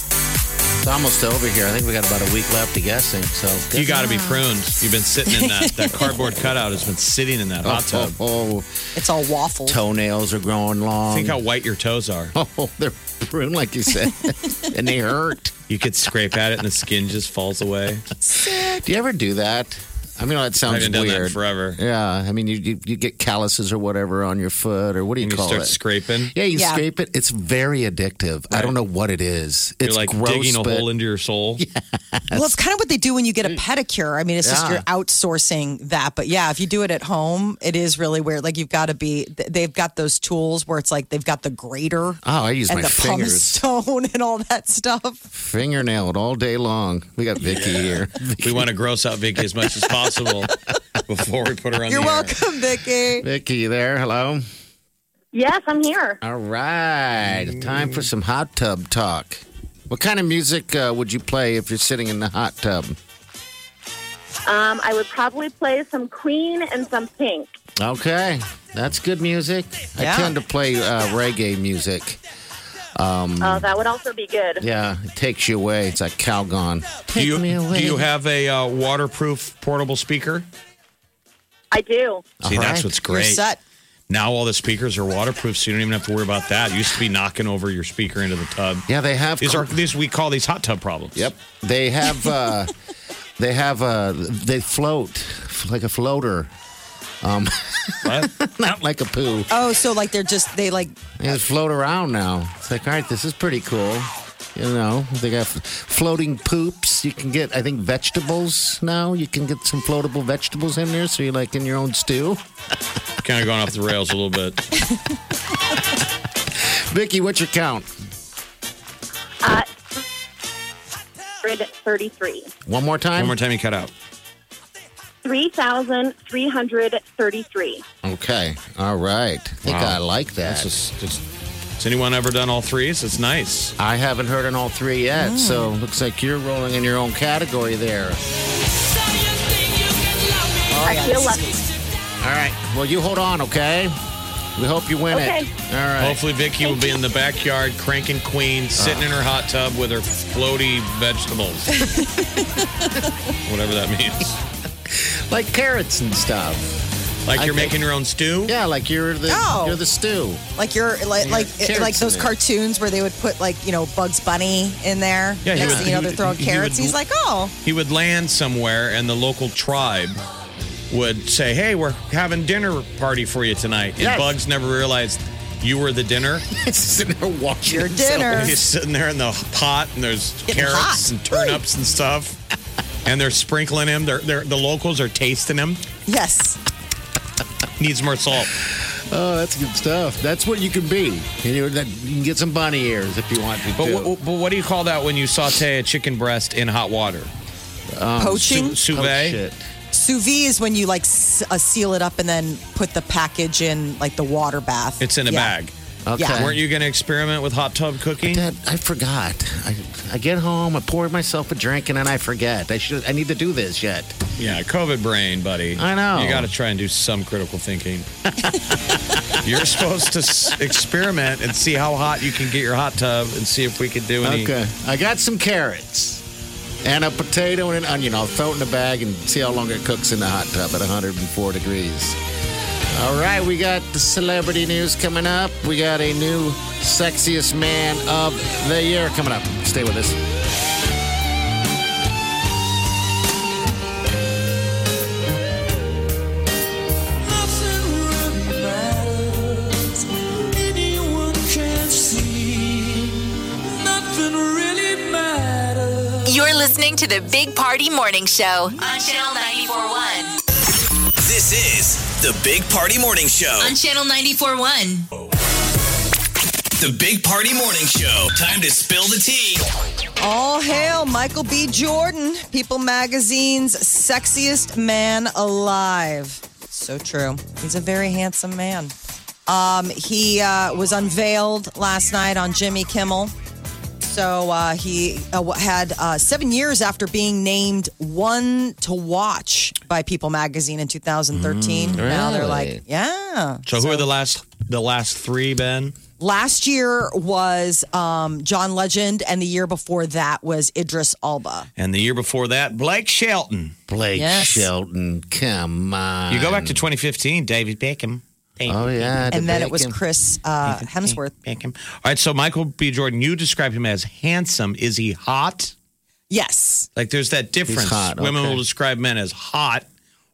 C: It's almost over here. I think we got about a week left of guessing. So
E: You got to be pruned. You've been sitting in that,
C: *laughs*
E: that cardboard cutout has been sitting in that
C: Oh,
E: hot tub.
C: oh, oh,
D: It's all waffle.
C: toenails are growing long. *laughs*
E: Think how white your toes are.
D: *laughs*
C: oh, they're pruned like you said, and they hurt.
E: You could scrape at it and the skin just falls away.
C: Do you ever do that? I mean, that
E: I
C: sounds
E: haven't done
C: weird.
E: that forever.
C: Yeah, I mean, you, you you get calluses or whatever on your foot or what do you
E: And you
C: call
E: start
C: it?
E: scraping.
C: Yeah, you
D: Yeah.
C: scrape it. It's very addictive. I don't know what it is. It's
E: You're like
C: gross,
E: digging a
C: but
E: hole into
C: *laughs*
E: your soul.
D: Well, it's kind of what they do when you get a pedicure. I mean, it's just
C: Yeah.
D: you're outsourcing that. But yeah, if you do it at home, it is really weird. Like you've got to be. th- They've got those tools where it's like they've got the grater
C: oh, I use
D: and
C: my
D: the pump
C: fingers,
D: stone *laughs* and all that stuff.
C: fingernail it all day long. We got Vicky here.
E: *laughs* We want to gross out Vicky as much
C: *laughs*
E: as possible before we put her on
D: You're
E: the air.
D: welcome, Vicky.
C: Vicky, you there? Hello.
J: Yes, I'm here.
C: All right, time for some hot tub talk. What kind of music uh, would you play if you're sitting in the hot tub?
J: Um, I would probably play some Queen and some Pink.
C: Okay, that's good music. I
D: Yeah.
C: tend to play uh, reggae music. Um,
J: Oh, that would also be good.
C: Yeah, it takes you away. It's like Calgon.
E: Do
C: Take
E: you,
C: me away.
E: do you have a uh, waterproof portable speaker?
J: I do.
E: See,
C: All
E: that's
C: right.
E: what's
D: You're
E: great.
D: set.
E: Now all the speakers are waterproof, so you don't even have to worry about that. It used to be knocking over your speaker into the tub.
C: yeah, they have.
E: These are these we call these hot tub problems.
C: Yep, they have.
E: *laughs*
C: Uh, they have. Uh, they float like a floater, Um,
E: What?
C: *laughs* not like a poo.
D: Oh, so like they're just they like
C: They just float around now. It's like, all right, this is pretty cool. You know, they got floating poops. You can get, I think, vegetables now. You can get some floatable vegetables in there, so you're like in your own stew.
E: kind of going off the rails a little bit.
C: *laughs* Vicky, what's your count?
J: Uh, 33.
C: One more time.
E: One more time, you cut out.
J: 3,333.
C: Okay. All right. I think I like that.
E: That's just, just- has anyone ever done all threes? It's nice. Mm.
C: I haven't heard on all three yet, so looks like you're rolling in your own category there.
H: Oh,
J: I feel lucky.
C: All right. Well, you hold on, okay? We hope you win
J: Okay.
C: it. All right.
E: Hopefully, Vicky will be in the backyard cranking queen, sitting in her hot tub with her floaty vegetables. Whatever that means.
C: Like carrots and stuff.
E: Like
C: I
E: you're
C: think-
E: making your own stew?
C: Yeah, like you're the
D: Oh.
C: you're the stew.
D: like you're like
C: Yeah,
D: like
C: carrots
D: like
C: in
D: those
C: there.
D: cartoons where they would put like you know Bugs Bunny in there.
E: Yeah, he
D: Next
E: would-
D: thing you know
E: he
D: they're
E: would-
D: throwing
E: he
D: carrots.
E: would-
D: He's like, oh,
E: He would land somewhere, and the local tribe would say, Hey, we're having dinner party for you tonight. And
C: Yes.
E: Bugs never realized you were
C: *laughs*
E: the dinner.
C: It's sitting there watching
D: your
C: itself.
D: dinner.
E: He's sitting there in the pot, and there's
D: Getting
E: carrots
D: hot.
E: and turnips and
D: *laughs*
E: stuff. And they're sprinkling him. They're, they're, the locals are tasting him.
D: Yes.
E: Needs more salt.
C: Oh, that's good stuff. That's what you can be. You, know, that, you can get some bunny ears if you want to.
E: But,
C: too.
E: wh- wh- but what do you call that when you saute a chicken breast in hot water?
D: Poaching.
E: Sous
C: oh,
E: vide?
C: shit.
D: Sous vide is when you like s- uh, seal it up and then put the package in like the water bath.
E: It's in a
D: Yeah.
E: bag.
C: Okay.
D: Yeah.
E: Weren't you going to experiment with hot tub cooking?
C: Dad, I forgot. I, I get home, I pour myself a drink, and then I forget. I should. I need to do this yet.
E: Yeah, COVID brain, buddy.
C: I know.
E: You got to try and do some critical thinking. *laughs* You're supposed to s- experiment and see how hot you can get your hot tub and see if we could do any.
C: Okay. I got some carrots and a potato and an onion. I'll throw it in a bag and see how long it cooks in the hot tub at 104 degrees. All right, we got the celebrity news coming up. We got a new sexiest man of the year coming up. Stay with us.
B: You're listening to the Big Party Morning Show on Channel 941.
I: This is the Big Party Morning
F: Oh.
I: Show.
B: On Channel 941.
I: The Big Party Morning Show. Time to spill the tea.
B: *laughs*
D: All hail Michael B. Jordan, People Magazine's sexiest man alive. So true. He's a very handsome man. Um, he uh, was unveiled last night on Jimmy Kimmel. So uh, he uh, had uh, seven years after being named one to watch by People Magazine in 2013. Now they're like,
C: really?
D: yeah.
E: So, who are the last the last three, Ben?
D: Last year was um, John Legend, and the year before that was Idris Alba.
E: And the year before that, Blake Shelton.
C: Blake
D: Yes.
C: Shelton, come on.
E: You go back to 2015, David Beckham.
D: Oh
E: yeah,
D: and then it was Chris uh, Hemsworth.
E: All right, so Michael B. Jordan, you described him as handsome. Is he hot?
D: Yes.
E: Like there's that difference.
C: hot,
E: Women
C: okay.
E: will describe men as hot,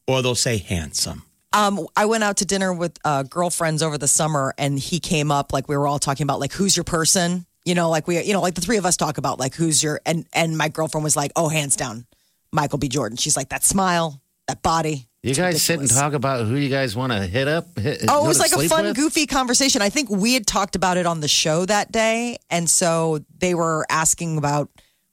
E: or they'll say handsome.
D: Um, I went out to dinner with uh, girlfriends over the summer, and he came up like we were all talking about like who's your person, you know, like we, you know, like the three of us talk about like who's your and and my girlfriend was like, oh, hands down, Michael B. Jordan. She's like that smile, that body.
C: You guys sit and talk about who you guys want to hit up. Hit,
D: Oh,
C: go
D: it was
C: to
D: like a
C: sleep
D: fun,
C: with?
D: goofy conversation. I think we had talked about it on the show that day, and so they were asking about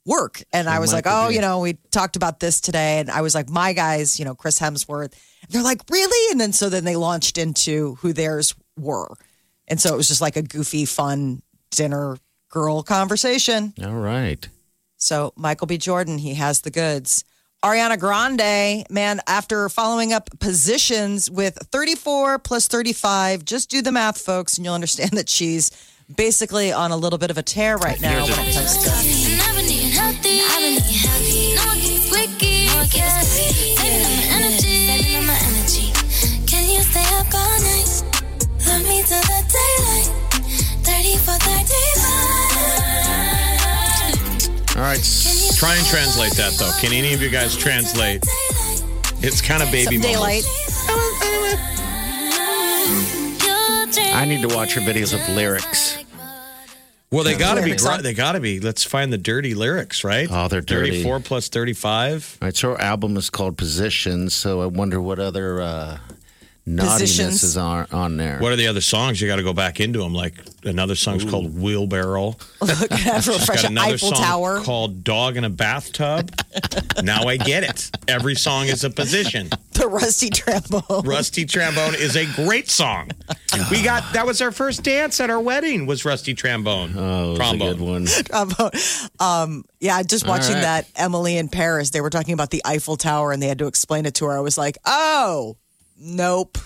D: work, and I was like,
C: Michael
D: "Oh,
C: B.
D: you know, we talked about this today," and I was like, "My guys, you know, Chris Hemsworth." And they're like, "Really?" And then so then they launched into who theirs were, and so it was just like a goofy, fun dinner girl conversation.
C: All right.
D: So Michael B. Jordan, he has the goods. Ariana Grande, man, after following up positions with 34 plus 35, just do the math, folks, and you'll understand *laughs* that she's basically on a little bit of a tear right now. When it comes to
H: And I've been eating healthy. I've been eating healthy. No one gets squeaky. No one gets squeaky. Saving up my energy. Saving up my energy. Can you stay up all night? Love me till the daylight. 30 for 35.
C: All right. s-
E: Try and translate that though. Can any of you guys translate?
H: Daylight.
E: It's kind of baby
D: some daylight.
E: moments.
H: You'll drink.
C: I need to watch her videos with lyrics.
E: Well, they gotta be.
D: Lyrics on-
E: Gr- they gotta be. Let's find the dirty lyrics, right?
C: Oh, they're dirty.
E: Thirty-four plus thirty-five.
C: All right. So her album is called Positions. So I wonder what other uh,
D: Positions.
C: naughtiness is on, on there.
E: What are the other songs? You got to go back into them. Like another song's called Wheelbarrow.
D: Look *laughs* at her fresh
E: got another
D: Eiffel
E: song
D: Tower.
E: called Dog in a Bathtub. now I get it. Every song is a position.
D: The rusty trombone.
E: Rusty Trombone is a great song. We got that was our first dance at our wedding was Rusty Trombone.
C: Oh, that was a
E: trombone.
C: good
D: *laughs*
C: one.
D: trombone. Um, yeah, just watching that Emily in Paris, they were talking about the Eiffel Tower and they had to explain it to her. I was like, oh, nope.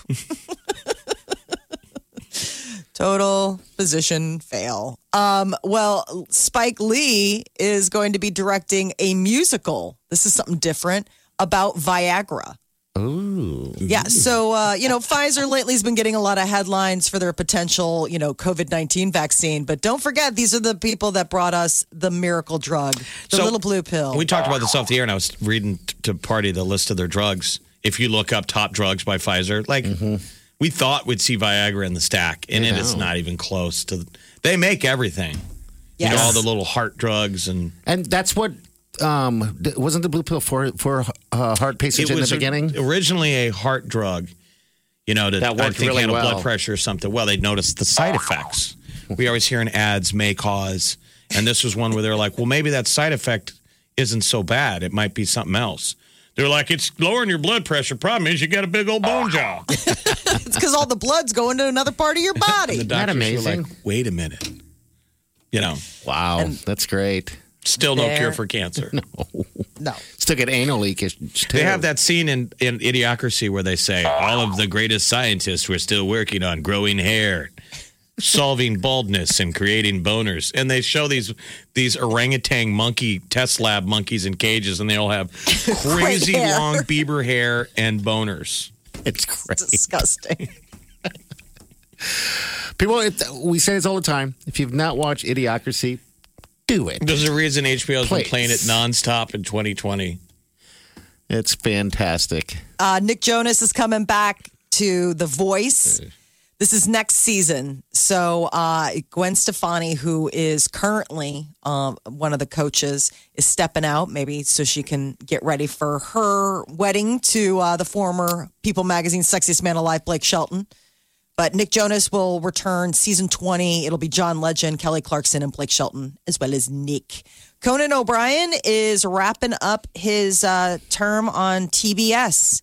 D: *laughs* Total position fail. Um, well, Spike Lee is going to be directing a musical. This is something different about Viagra.
C: Ooh.
D: Yeah. So, uh, you know, Pfizer lately has been getting a lot of headlines for their potential, you know, COVID 19 vaccine. But don't forget, these are the people that brought us the miracle drug, the
E: So,
D: little blue pill.
E: We talked about this off the air, and I was reading t- to Party the list of their drugs. If you look up top drugs by Pfizer, like
D: Mm-hmm.
E: we thought we'd see Viagra in the stack, and it is not even close to. They make everything. You know, all the little heart drugs and
C: And that's what um, th- wasn't the blue pill for for uh, heart
E: it
C: passage in the
E: was or-
C: beginning?
E: originally a heart drug. You know, to,
C: That
E: I
C: worked
E: think
C: really
E: handle
C: well.
E: blood pressure or something. Well, they noticed the side effects. We always hear in ads may cause, and this was one where they're like, well, maybe that side effect isn't so bad. It might be something else. They're like, it's lowering your blood pressure. Problem is, you got a big old bone jaw.
D: *laughs* It's because all the blood's going to another part of
E: *laughs*
D: your
E: The
D: body.
E: doctors
C: amazing?
E: were like, wait a minute. You know,
C: wow, that's great.
E: still no
D: There-
E: cure
C: *laughs*
E: for cancer.
D: No.
C: Still get anal leakage. Too.
E: They have that scene in, in Idiocracy where they say, all of the greatest scientists were still working on growing hair, solving baldness, and creating boners. And they show these these orangutan monkey, test lab monkeys in cages, and they
C: *laughs*
E: all have crazy
D: hair.
E: long Bieber hair and boners.
C: It's great.
D: Disgusting.
C: People, it, we say this all the time. If you've not watched Idiocracy, do it.
E: There's a reason HBO's been
C: Please.
E: playing it nonstop in 2020.
C: It's fantastic.
D: Uh, Nick Jonas is coming back to The Voice. This is next season. So uh, Gwen Stefani, who is currently um, one of the coaches, is stepping out maybe so she can get ready for her wedding to uh, the former People Magazine Sexiest Man Alive, Blake Shelton. But Nick Jonas will return season 20. It'll be John Legend, Kelly Clarkson, and Blake Shelton, as well as Nick. Conan O'Brien is wrapping up his uh, term on TBS.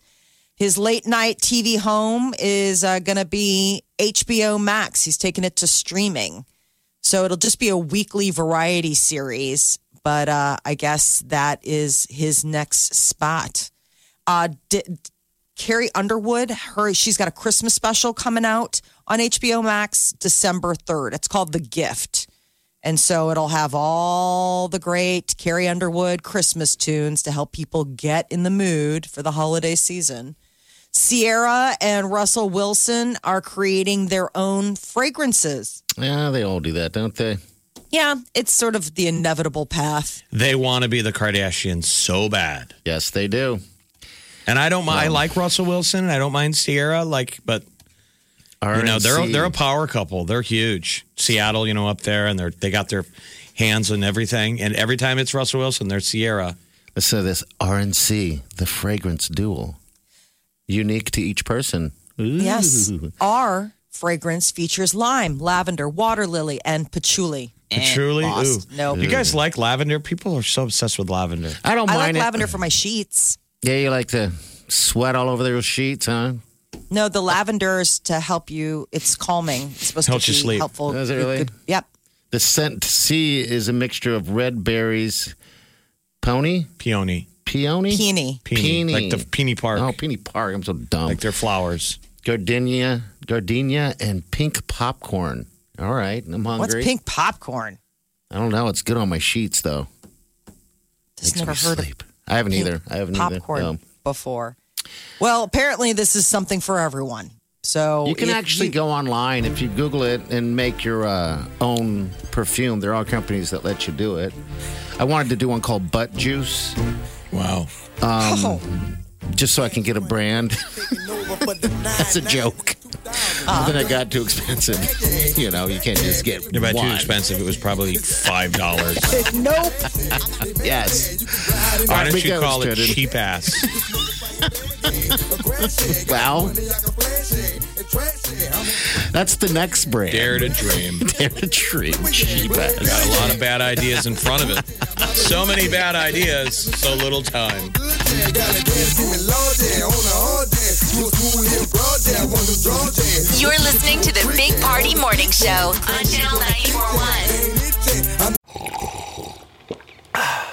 D: His late night TV home is uh, going to be HBO Max. He's taking it to streaming. So it'll just be a weekly variety series. But uh, I guess that is his next spot. Uh, D- Carrie Underwood, her she's got a Christmas special coming out on HBO Max December 3rd. It's called The Gift. And so it'll have all the great Carrie Underwood Christmas tunes to help people get in the mood for the holiday season. Sierra and Russell Wilson are creating their own fragrances.
C: Yeah, they all do that, don't they?
D: Yeah, it's sort of the inevitable path.
E: They want to be the Kardashians so bad.
C: Yes, they do.
E: And I don't mind. I like Russell Wilson. And I don't mind Sierra. Like, but you know, they're
C: RNC.
E: they're a power couple. They're huge. Seattle, you know, up there, and they're they got their hands on everything. And every time it's Russell Wilson, they're Sierra.
C: Let's say this RNC, the fragrance duel, unique to each person. Ooh.
D: Yes.
E: Mm-hmm.
D: Our fragrance features lime, lavender, water lily, and patchouli. Eh,
E: Patchouli. Ooh.
D: lost. Nope.
E: You
C: Mm.
E: guys like lavender? People are so obsessed with lavender.
C: I don't
D: I like
C: mind it.
D: lavender for my sheets.
C: Yeah, you like to sweat all over their sheets, huh?
D: No, the lavender is to help you. It's calming. It's supposed
E: Helps
D: to
E: you
D: be
E: sleep.
D: helpful.
C: Is it
D: You
C: really?
D: could- yep.
C: The scent C is a mixture of red berries, pony,
E: Peony.
C: peony,
D: Peony.
E: Peony. Like the Peony Park.
C: Oh, peony park. I'm so dumb.
E: Like their flowers.
C: gardenia, gardenia, and pink popcorn. All right, I'm
D: What's
C: hungry.
D: pink popcorn?
C: I don't know. It's good on my sheets though.
D: Just
C: Makes
D: never
C: me
D: heard of
C: sleep. I haven't
D: pink
C: either. I haven't
D: popcorn
C: either. Um, No.
D: before. Well, apparently this is something for everyone. So
C: You can
D: if
C: actually go online if you Google it and make your uh, own perfume. There are companies that let you do it. I wanted to do one called Butt Juice, Um,
E: Wow.
D: Oh,
C: just so I can get
D: *laughs*
C: a brand. That's a joke. But then it got too expensive. *laughs* you know, you can't just get
E: If I
C: one.
E: too expensive, it was probably five dollars.
D: *laughs* nope.
C: *laughs* Yes.
E: Why don't
C: Big
E: you
C: guy
E: call
C: was
E: it
C: good.
E: cheap ass?
C: Wow. That's the next brand.
E: Dare to dream.
C: *laughs* Dare to dream cheap ass.
E: Got a lot of bad ideas in front of it. So many bad ideas, so little time.
B: You're listening to the Big Party Morning Show on Channel 941.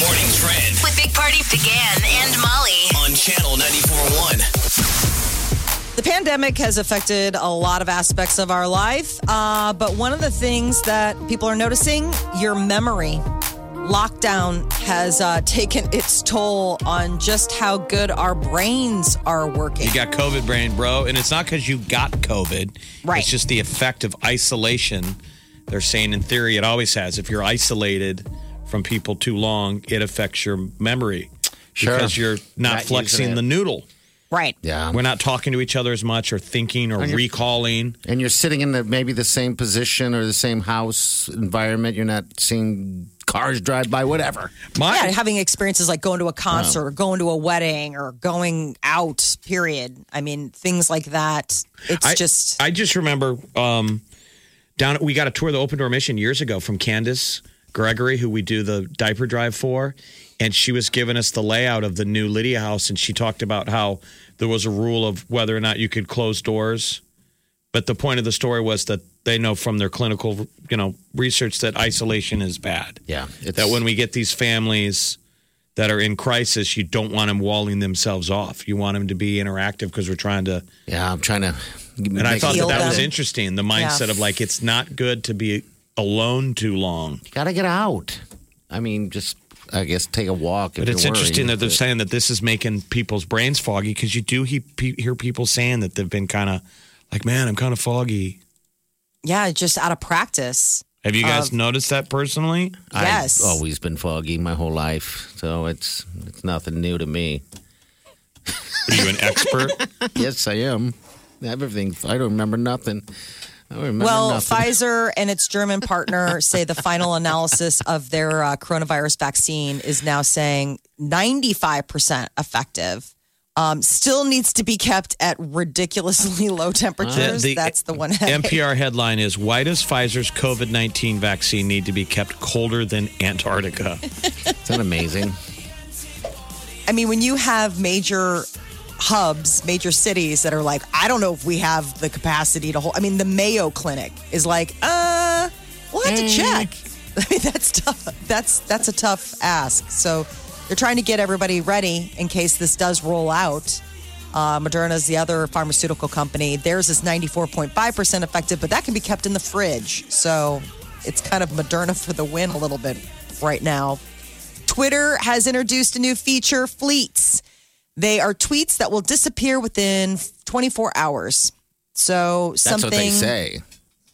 I: morning trend
B: With Big Party began and Molly.
I: on channel 94.1.
D: The pandemic has affected a lot of aspects of our life, uh, but one of the things that people are noticing your memory. Lockdown has uh, *laughs* taken its toll on just how good our brains are working.
E: You got COVID brain, bro. And it's not because you got COVID.
D: Right.
E: It's just the effect of isolation. They're saying in theory it always has. If you're isolated from people too long, it affects your memory.
C: Sure.
E: Because you're not,
C: Not using
E: flexing
C: it.
E: the noodle.
D: right.
C: Yeah.
E: We're not talking to each other as much or thinking or recalling.
C: and you're sitting in the maybe the same position or the same house environment. You're not seeing cars drive by, whatever.
E: My,
D: Yeah, having experiences like going to a concert or going to a wedding or going out, period. I mean, things like that. It's
E: I
D: just,
E: I just remember um, down we got a tour of the open door mission years ago from Candace Gregory, who we do the diaper drive for, and she was giving us the layout of the new Lydia house, and she talked about how there was a rule of whether or not you could close doors, but the point of the story was that they know from their clinical you know research that isolation is bad.
C: Yeah, it's-
E: that when we get these families. That are in crisis, you don't want them walling themselves off. You want them to be interactive because we're trying to
C: Yeah, I'm trying to.
E: and I thought that
D: Heal
E: that was
D: them.
E: interesting. The mindset of like, it's not good to be alone too long.
C: Gotta get out. I mean, just I guess take a walk.
E: But it's interesting that they're saying that this is making people's brains foggy because you do he- pe- hear people saying that they've been kind of like, man, I'm kind of foggy.
D: yeah, just out of practice.
E: Have you guys noticed that personally?
D: Yes.
C: I've always been foggy my whole life, so it's it's nothing new to me.
E: Are you an expert?
C: *laughs* yes, I am. everything. I don't remember nothing. I don't remember
D: Well,
C: nothing.
D: Pfizer and its German partner say the final analysis of their uh, coronavirus vaccine is now saying 95% effective. Um, still needs to be kept at ridiculously *laughs* low
C: Uh,
D: temperatures.
E: The- the
D: That's the one. *laughs* headache.
E: NPR headline is Why does Pfizer's COVID 19 vaccine need to be kept colder than
D: *laughs*
E: Antarctica?
C: Isn't that amazing?
D: I mean, when you have major hubs, major cities that are like, I don't know if we have the capacity to hold. I mean, the Mayo Clinic is like, uh, we'll have to
E: Mm.
D: check. I mean, that's tough. That's that's a tough ask. So they're trying to get everybody ready in case this does roll out. Uh, Moderna's the other pharmaceutical company. Theirs is 94.5% effective, but that can be kept in the fridge. So it's kind of Moderna for the win a little bit right now. Twitter has introduced a new feature, Fleets. They are tweets that will disappear within 24 hours. So
C: *laughs* That's
D: something.
C: what they say.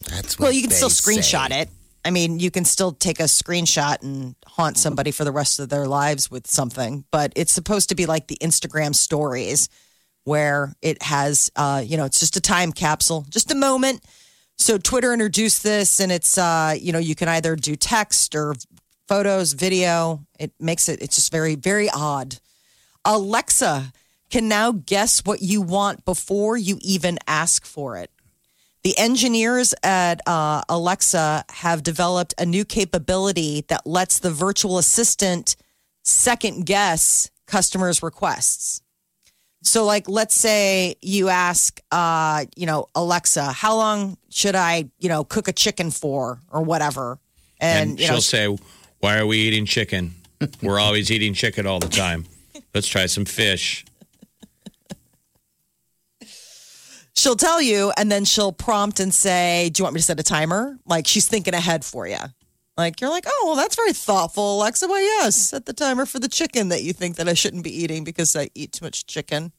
C: That's what
D: Well, you can
C: they
D: still screenshot
C: say.
D: it. I mean, you can still take a screenshot and haunt somebody for the rest of their lives with something, but it's supposed to be like the Instagram stories where it has, uh, you know, it's just a time capsule, just a moment. So Twitter introduced this and it's, uh, you know, you can either do text or photos, video. It makes it, it's just very, very odd. Alexa can now guess what you want before you even ask for it. The engineers at uh, Alexa have developed a new capability that lets the virtual assistant second guess customers' requests. So, like, let's say you ask, uh, you know, Alexa, how long should I, you know, cook a chicken for or whatever?
E: And,
D: And, you
E: she'll
D: know,
E: say, Why are we eating chicken? We're always eating chicken all
D: *laughs*
E: the time. Let's try some fish.
D: she'll tell you and then she'll prompt and say do you want me to set a timer like she's thinking ahead for you like you're like oh well that's very thoughtful alexa well yes set the timer for the chicken that you think that i shouldn't be eating because i eat too much chicken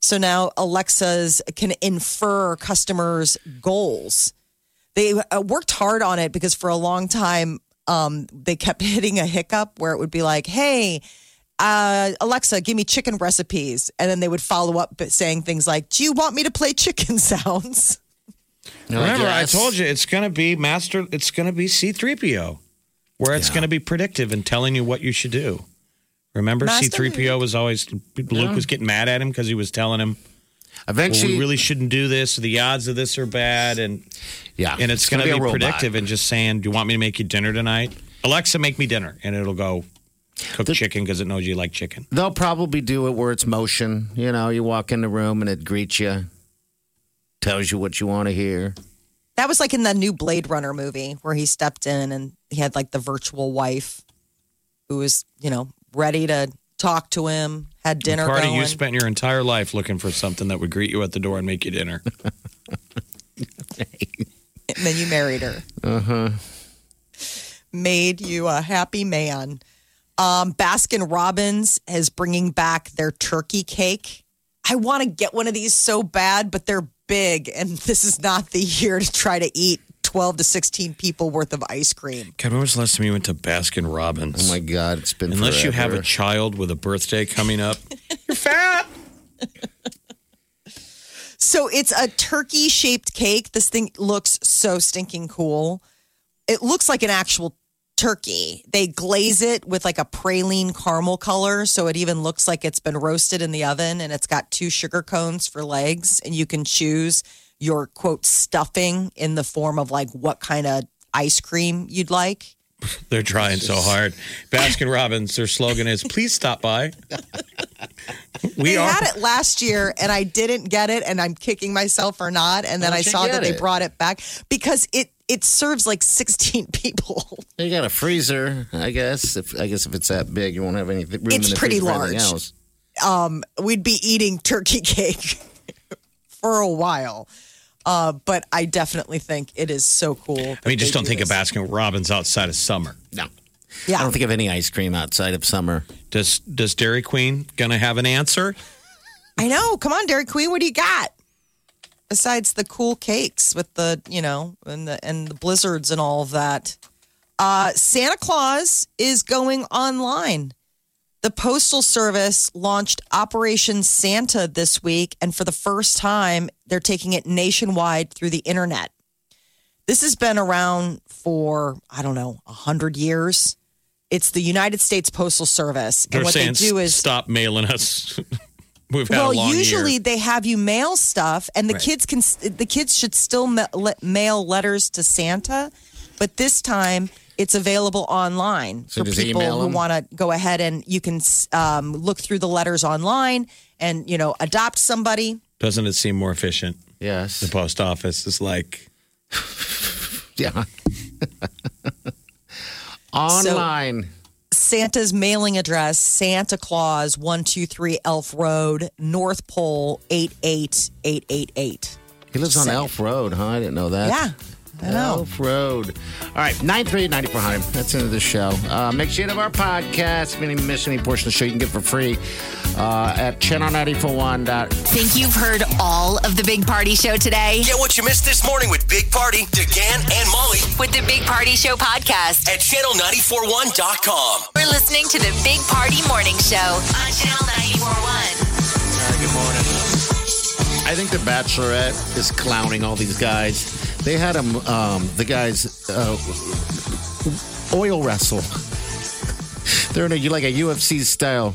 D: so now alexas can infer customers goals they uh, worked hard on it because for a long time um, they kept *laughs* hitting a hiccup where it would be like hey uh, Alexa, give me chicken recipes. And then they would follow up but saying things like, Do you want me to play *laughs* chicken sounds?
E: Remember, I
C: guess.
E: told you it's going to be master, it's going to be C3PO, where it's going to be predictive and telling you what you should do. Remember,
C: Master-
E: C3PO was always, Luke
C: Yeah.
E: was getting mad at him because he was telling him,
C: Eventually,
E: well, we really shouldn't do this. The odds of this are bad, and
C: yeah,
E: and it's, going to
C: gonna a
E: be,
C: robot.
E: predictive and just saying, "Do you want me to make you dinner tonight?" Alexa, make me dinner, and it'll go cook chicken because it knows you like chicken.
C: They'll probably do it where it's motion. You know, you walk in the room and it greets you, tells you what you want to hear.
D: That was like in the new Blade Runner movie where he stepped in and he had like the virtual wife who was, you know, ready to talk to him, had dinner.
E: Cardi,
D: going.
E: you spent your entire life looking for something that would greet you at the door and make you dinner.
D: and then you married her.
C: Uh huh.
D: made you a happy man. Um, Baskin Robbins is bringing back their turkey cake. I want to get one of these so bad, but they're big, and *laughs* this is not the year to try to eat 12 to 16 people worth of ice cream.
E: God, when was the last time you went to Baskin Robbins?
C: Oh my God, it's been
E: Unless you have
C: forever.
E: a child with a birthday
C: *laughs*
E: coming up,
D: You're fat. so it's a turkey shaped cake. This thing looks so stinking cool. It looks like an actual turkey. They glaze it with like a praline caramel color. So it even looks like it's been roasted in the oven and it's got two sugar cones for legs. And you can choose your quote stuffing in the form of like what kind of ice cream you'd like.
E: they're trying so hard. Baskin Robbins, their slogan is "Please
C: *laughs*
E: stop by." we
D: they
E: are.
D: had it last year and I didn't get it and I'm kicking myself for not and then
C: Why
D: I
C: don't you
D: saw that
C: get
D: they
C: it?
D: brought it back because it it serves like 16 *laughs* people.
C: You got a freezer, I guess. If I guess if it's that big, you won't have any th- room.
D: It's
C: in the
D: pretty
C: freezer for anything
D: large.
C: Else.
D: Um we'd be eating turkey cake *laughs* for a while. Uh but I definitely think it is so cool.
E: I mean, just
D: that
E: don't
D: they
E: think of Baskin Robbins outside of summer.
C: No,
D: do
C: I
D: Yeah.
C: don't think of any ice cream outside of summer.
E: Does Does Dairy Queen gonna have an answer?
D: I know. Come on, Dairy Queen, what do you got? Besides the cool cakes with the, you know, and the and the blizzards and all of that. Uh Santa Claus is going online. The Postal Service launched Operation Santa this week, and for the first time, they're taking it nationwide through the internet. This has been around for, I don't know, 100 years. It's the United States Postal Service.
E: They're
D: and what they
E: saying
D: do is
E: stop mailing us. *laughs* We've had
D: well,
E: a long
D: usually
E: year.
D: they have you mail stuff, and the
E: Right.
D: kids can. The kids should still ma- le- mail letters to Santa, but this time it's available online
C: So
D: for
C: just
D: people
C: email
D: who
C: them?
D: want to go ahead and you can s- um, look through the letters online and you know adopt somebody.
E: Doesn't it seem more efficient?
C: Yes.
E: The post office is like,
C: *laughs* yeah, *laughs* Online.
D: Santa's mailing address: Santa Claus, one two three Elf Road, North Pole, eight eight eight eight eight.
C: he lives on Elf Road, huh? I didn't know that.
D: Yeah, I know.
C: Elf Road. All right, 93 9400. That's the end of the show. Uh, make sure you have our podcast. If you miss any portion of the show, you can get it for free uh, at channel941.
B: Think you've heard all of the Big Party Show today?
F: Get what you missed this morning with Big Party, DeGan, and Molly
B: With the Big Party Show podcast.
F: at channel941.com.
B: We're listening to the Big Party Morning Show on Channel 941.
C: Good morning. I think The Bachelorette is clowning all these guys. They had 'em, um, the guys, uh, oil wrestle. They're in a, like a UFC style.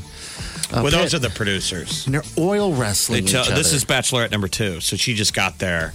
C: uh,
E: well, those
C: pit,
E: are the producers.
C: and they're oil
E: They
C: wrestling.
E: tell,
C: each other.
E: this is Bachelorette number two. So she just got there.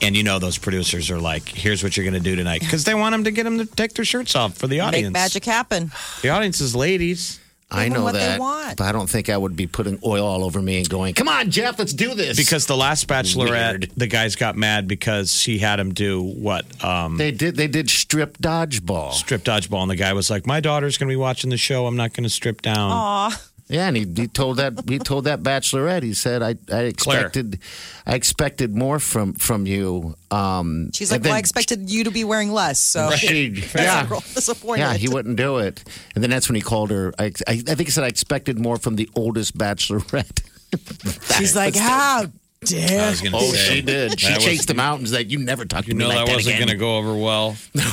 E: And you know, those producers are like, here's what you're going to do tonight. Because they want them to get them to take their shirts off for the audience.
D: Make magic happen.
E: The audience is ladies.
C: I
D: Give 'em
C: know
D: what they
C: that,
D: want.
C: but I don't think I would be putting oil all over me and going, "Come on, Jeff, let's do this."
E: Because the last Bachelorette, the guys got mad because she had him do what? Um,
C: they did, they did strip dodgeball.
E: strip dodgeball. And the guy was like, my daughter's going to be watching the show. I'm not going to strip down.
D: Aw.
C: Yeah, and he, he told that he told that Bachelorette. He said, "I, I expected, I expected more from from you." Um,
D: She's like,
C: and
D: well, I
C: then-
D: expected you to be wearing less, so *laughs*
C: She-
D: yeah.
C: yeah,
D: disappointed.
C: yeah, he wouldn't do it. And then that's when he called her. I, I, I think he said, "I expected more from the oldest Bachelorette." *laughs*
D: She's like, how
E: I
D: dare?
E: was gonna
C: oh,
E: say.
C: she did. She
E: That was-
C: chased him out and said, "You never talked to
E: You
C: me
E: know,
C: like
E: that
C: that
E: wasn't
C: again."
E: going to go over well.
C: *laughs* No,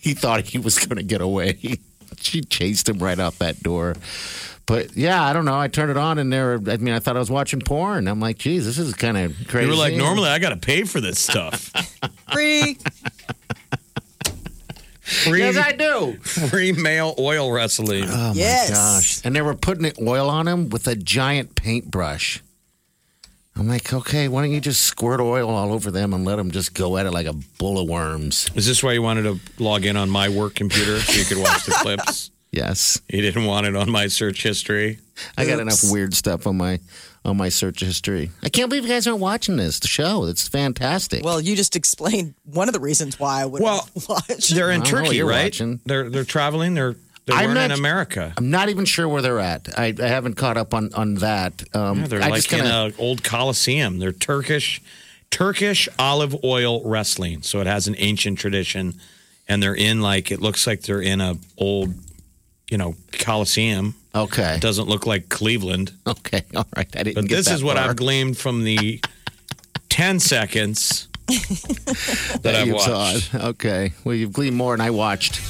C: he thought he was going to get away. *laughs* she chased him right out that door. But yeah, I don't know. I turned it on and there. I mean, I thought I was watching porn. I'm like, geez, this is kind of crazy.
E: You were like, normally I got to pay for this stuff.
D: Free.
C: *laughs*
E: free,
C: yes, *laughs* I do.
E: *laughs* free male oil wrestling.
D: yes.
C: Oh, Gosh, and they were putting oil on him with a giant paintbrush. I'm like, okay, why don't you just squirt oil all over them and let them just go at it like a bull of worms?
E: Is this why you wanted to log in on my work computer so you
C: *laughs*
E: could watch the clips?
C: Yes,
E: You didn't want it on my search history.
C: I got
D: Oops.
C: enough weird stuff on my on my search history. I can't believe you guys aren't watching this. The show, it's fantastic.
D: Well, you just explained one of the reasons why I would
E: Well,
D: watch.
E: They're in
C: I don't know what
E: Turkey,
C: you're
E: right?
C: watching.
E: They're they're traveling. They're they
C: I'm
E: weren't in
C: not-
E: America.
C: I'm not even sure where they're at. I, I haven't caught up on on that. Um,
E: Yeah, they're
C: I
E: like
C: just kinda,
E: in
C: *laughs*
E: an old coliseum. They're Turkish, Turkish olive oil wrestling. So it has an ancient tradition, and they're in like it looks like they're in a old, you know, coliseum.
C: okay,
E: It doesn't look like Cleveland.
C: okay, *laughs* all right. I didn't.
E: But
C: get
E: this
C: that
E: is what
C: far.
E: I've gleaned
C: *laughs*
E: from the 10 seconds that I've
C: you
E: watched.
C: saw it. Okay. Well, you've gleaned more, and I watched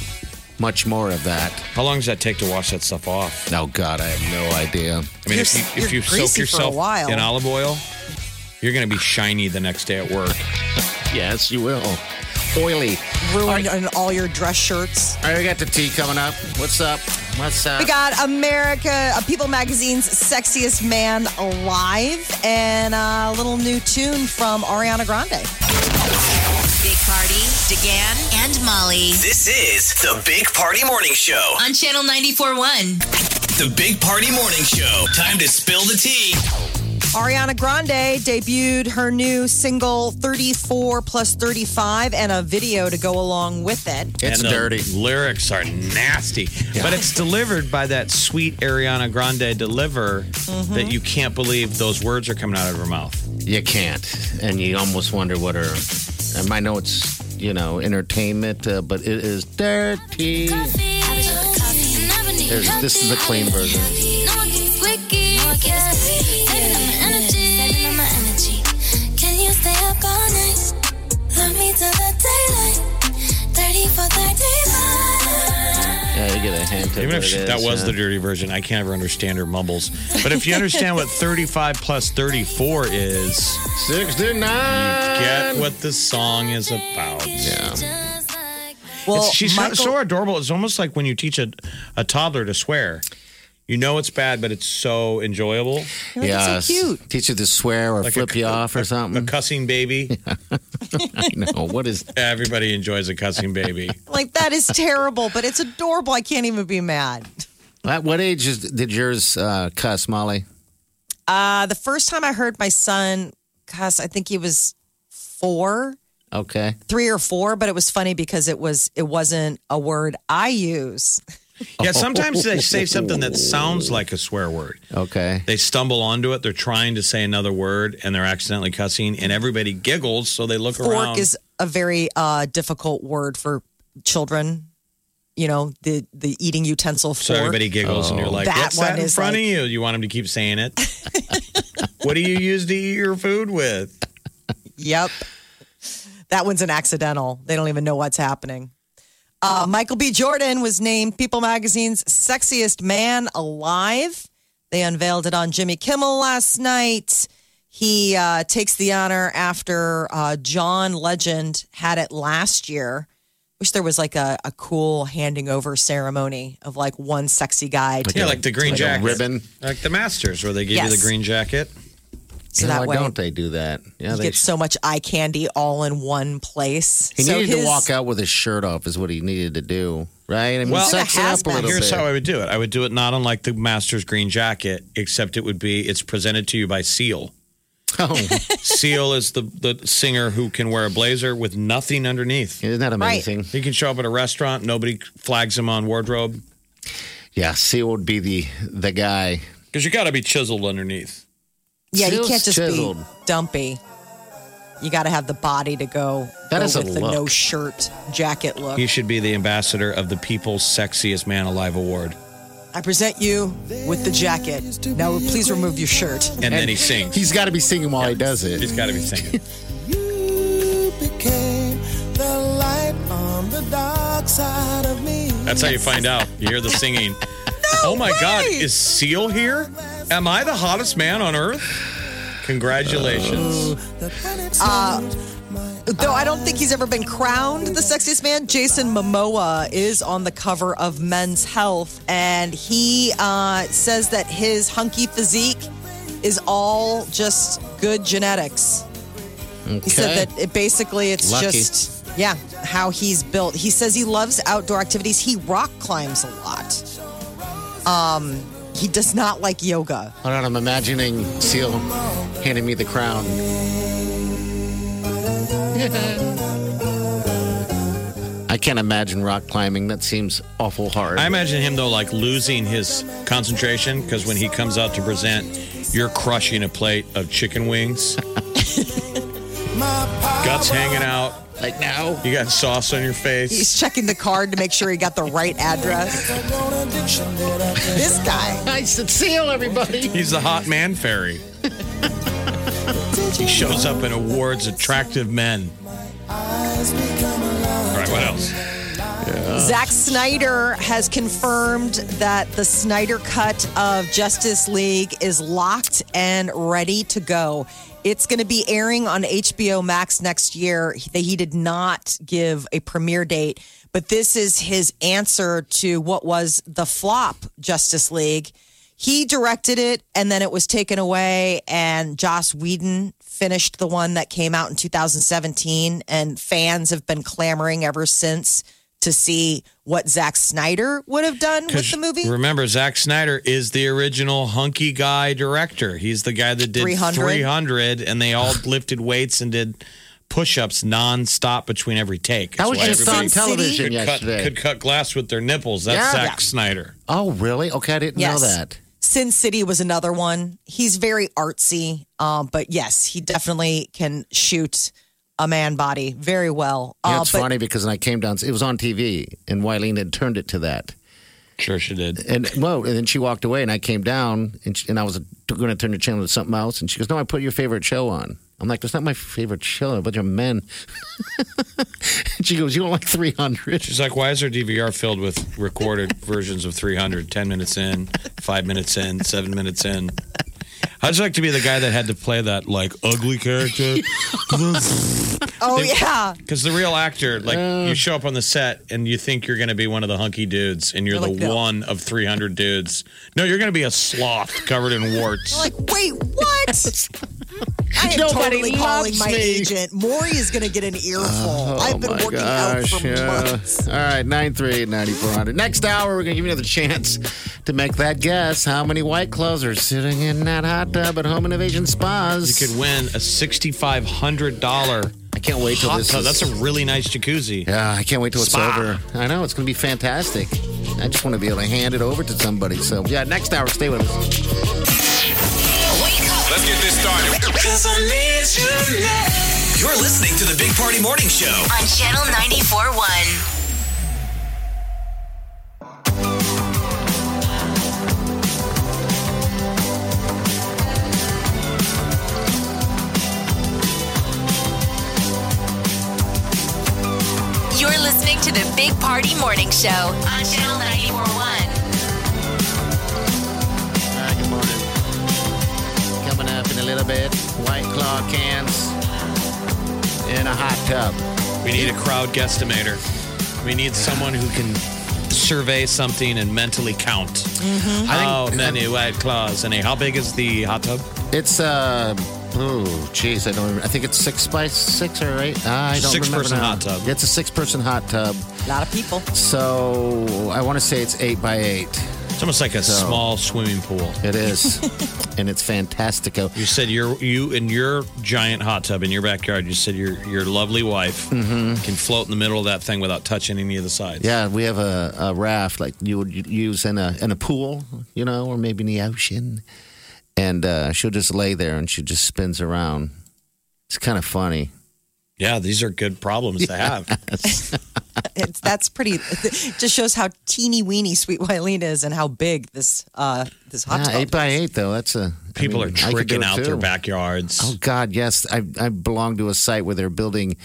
C: much more of that.
E: How long does that take to wash that stuff off?
C: Oh God, I have no idea.
E: I mean,
D: You're-
E: if you, if you
D: you're
E: soak
D: greasy for a
E: yourself
D: while.
E: in olive oil, you're going to be shiny the next day at work.
C: Yes, you will. Oh, Oily.
D: ruined in all your dress shirts.
C: All right, we got the tea coming up. What's up? What's up?
D: We got America, uh, People Magazine's Sexiest Man Alive, and uh, a little new tune from Ariana Grande.
B: Big Party, DeGan, and Molly
F: This is the Big Party Morning Show.
B: on Channel 941.
F: The Big Party Morning Show. Time to spill the tea.
D: Ariana Grande debuted her new single 34 plus 35 and a video to go along with it.
C: it's
E: and the
C: dirty.
E: Lyrics are nasty, but it's delivered by that sweet Ariana Grande deliver
D: Mm-hmm.
E: that you can't believe those words are coming out of her mouth.
C: You can't, and you almost wonder what her. Um, I know it's you know entertainment, uh, but it is dirty. There's, this is the clean version.
H: Love me till the daylight, 30 for 35.
C: Yeah, Yeah, you get a hint. of
E: Even if
C: what
E: she,
C: it
E: that
C: is,
E: was
C: yeah.
E: the dirty version, I can't ever understand her mumbles. But if you understand what 35 plus 34 is,
C: 69.
E: You get what the song is about. Yeah. Well, she's so- so adorable. It's almost like when you teach a, a toddler to swear. You know it's bad, but it's so enjoyable.
C: yeah, cute. Teach you to swear or flip you off or something.
E: A cussing baby.
C: *laughs* I know. What is
E: Everybody enjoys a cussing baby.
D: Like that is terrible, but it's adorable. I can't even be mad.
C: At what age is, did yours uh, cuss, Molly?
D: Uh, the first time I heard my son cuss, I think he was four,
C: Okay.
D: three or four, but it was funny because it was it wasn't a word I use.
E: *laughs* Yeah, sometimes they say something that sounds like a swear word.
C: Okay.
E: They stumble onto it. They're trying to say another word and they're accidentally cussing, and everybody giggles. So they look
D: Fork
E: around.
D: is a very uh, difficult word for children. You know the the eating utensil. Fork.
E: so everybody giggles, and you're like,
D: That
E: "What's that
D: one
E: in
D: is
E: front
D: like-
E: of you? You want them to keep saying it? *laughs* what do you use to eat your food with?"
D: Yep. That one's an accidental. They don't even know what's happening. Uh, Michael B. Jordan was named People Magazine's sexiest man alive. They unveiled it on Jimmy Kimmel last night. He uh, takes the honor after uh, John Legend had it last year. Wish there was like a, a cool handing over ceremony of like one sexy guy. to-
E: yeah, like the green
C: like a
E: jacket,
C: ribbon.
E: like the Masters, where they give you
D: Yes.
E: the green jacket.
D: So
C: Yeah,
D: that
C: why
D: way-
C: don't they do that? Yeah,
D: you
C: they
D: get so much eye candy all in one place.
C: He
D: so
C: needed
D: his-
C: to walk out with his shirt off, is what he needed to do, right? I mean,
E: Well,
C: sex it up a little
E: here's
C: bit.
E: how I would do it. I would do it not unlike the Masters green jacket, except it would be it's presented to you by Seal.
C: oh,
E: *laughs* Seal is the, the singer who can wear a blazer with nothing underneath.
C: isn't that amazing?
E: He can show up at a restaurant, nobody flags him on wardrobe
C: *laughs* Yeah, Seal would be the the guy.
E: because you got to be chiseled underneath.
D: Yeah, you
C: Still
D: can't just
C: chiseled.
D: be dumpy. You got to have the body to go,
C: That
D: go
C: is a
D: with the
C: look.
D: no shirt jacket look.
E: He should be the ambassador of the People's Sexiest Man Alive Award.
D: I present you with the jacket. Now, please remove your shirt.
E: And, then he sings.
C: He's got to be singing while he does it.
E: He's got to be singing.
K: became the light on the dark side of me.
E: That's how you find out. You hear the singing. oh my God, is Seal here? Am I the hottest man on earth? Congratulations.
D: Uh, though I don't think he's ever been crowned the sexiest man, Jason Momoa is on the cover of Men's Health, and he uh, says that his hunky physique is all just good genetics. He said that it basically it's
C: Lucky.
D: just yeah how he's built. He says he loves outdoor activities. He rock climbs a lot. Um, he does not like yoga.
C: Hold on, I'm imagining Seal handing me the crown. I can't imagine rock climbing. That seems awful hard.
E: I imagine him, though, like losing his concentration because when he comes out to present, you're crushing a plate of chicken wings, guts hanging out.
C: like now.
E: You got sauce on your face.
D: He's checking the card to make sure he got the right address. this guy.
C: I said, Seal, everybody.
E: He's the hot
C: *laughs*
E: man fairy. he shows up and awards attractive men. All right, what else?
D: Zack Snyder has confirmed that the Snyder cut of Justice League is locked and ready to go. It's going to be airing on HBO Max next year. He, he did not give a premiere date, but this is his answer to what was the flop Justice League. He directed it and then it was taken away, and Joss Whedon finished the one that came out in 2017, and fans have been clamoring ever since to see what Zack Snyder would have done with the movie.
E: Remember, Zack Snyder is the original hunky guy director. He's the guy that did
D: 300.
E: 300, and they
C: *sighs*
E: all lifted weights and did push ups nonstop between every take.
C: That
E: That's
C: was
E: why
C: just on
E: everybody
C: television
E: could cut,
C: yesterday.
E: could cut glass with their nipples. That's
C: Yeah. Yeah.
E: Zack Snyder.
C: Oh, really? Okay, I didn't
D: Yes.
C: know that.
D: Sin City was another one. He's very artsy, um, but yes, he definitely can shoot a man body very well.
C: Yeah,
D: Uh,
C: it's
D: but
C: funny because when I came down, it was on TV, and Wileen had turned it to that.
E: Sure, she did.
C: And well, and then she uh, walked away, and I came down, and, she, and I was going to turn the channel to something else, and she goes, "No, I put your favorite show on." I'm like, that's not my favorite show. A bunch of men. *laughs* she goes, you don't like 300?
E: She's like, why is her DVR filled
C: *laughs*
E: with recorded versions of 300? 10 minutes in, five minutes in, seven minutes in. I'd just like to be the guy that had to play that like
C: *laughs*
E: ugly character. *laughs*
D: *laughs* Oh, yeah.
E: Because the real actor, like,
C: Uh.
E: you show up on the set and you think you're going to be one of the hunky dudes, and you're
D: You're
E: the
D: like, no.
E: one of 300 dudes. No, you're going to be a sloth covered in warts.
D: Like, wait,
C: *laughs*
D: what? I am
C: Nobody
D: totally calling
C: loves
D: my
C: me.
D: agent. Maury is going to get an earful. I've been working out for
C: Oh yeah.
D: months.
C: All right, 938 9400. Next hour, we're going to give you another chance to make that guess how many white clothes are sitting in that hot tub at Home Innovation Spas.
E: You could win a $6,500.
C: I can't wait till this is-
E: That's a really nice jacuzzi.
C: Yeah, I can't wait till it's
E: Spa.
C: over. I know, it's going to be fantastic. I just want to be able to hand it over to somebody. So, yeah, next hour, stay with us.
F: Let's get this started.
I: You're listening to the Big Party Morning Show.
B: On Channel 94.1. You're listening to the Big Party Morning Show on Channel 941.
C: Hi, good morning. Coming up in a little bit, White Claw cans in a hot tub.
E: We need a crowd guesstimator. We need someone who can survey something and mentally count.
C: Mhm.
E: How
C: I think-
E: many white claws and a, how big is the hot tub?
C: It's uh oh jeez, I don't. Remember. I think it's six by six or eight. I don't remember.
E: Six-person
C: now.
E: hot tub.
C: It's a six-person hot tub.
D: A lot of people.
C: So I want to say it's eight by eight.
E: It's almost like a small swimming pool.
C: It
E: *laughs*
C: is, and it's fantastico.
E: You said your you in your giant hot tub in your backyard. You said your your lovely wife
C: Mm-hmm.
E: can float in the middle of that thing without touching any of the sides.
C: Yeah, we have a, a raft like you would use in a in a pool, you know, or maybe in the ocean. And uh, she'll just lay there and she just spins around. It's kind of funny.
E: Yeah, these are
C: *laughs*
E: good problems to have.
C: Uh.
D: *laughs* It's, that's pretty. It just shows how teeny weeny Sweet Wileen is and how big this uh, this hot
C: Yeah,
D: tub.
C: eight by eight though. That's a I
E: People
C: mean,
E: are
C: I could do
E: tricking
C: it,
E: out their
C: too.
E: backyards.
C: Oh God, yes. I I belong to a site where they're building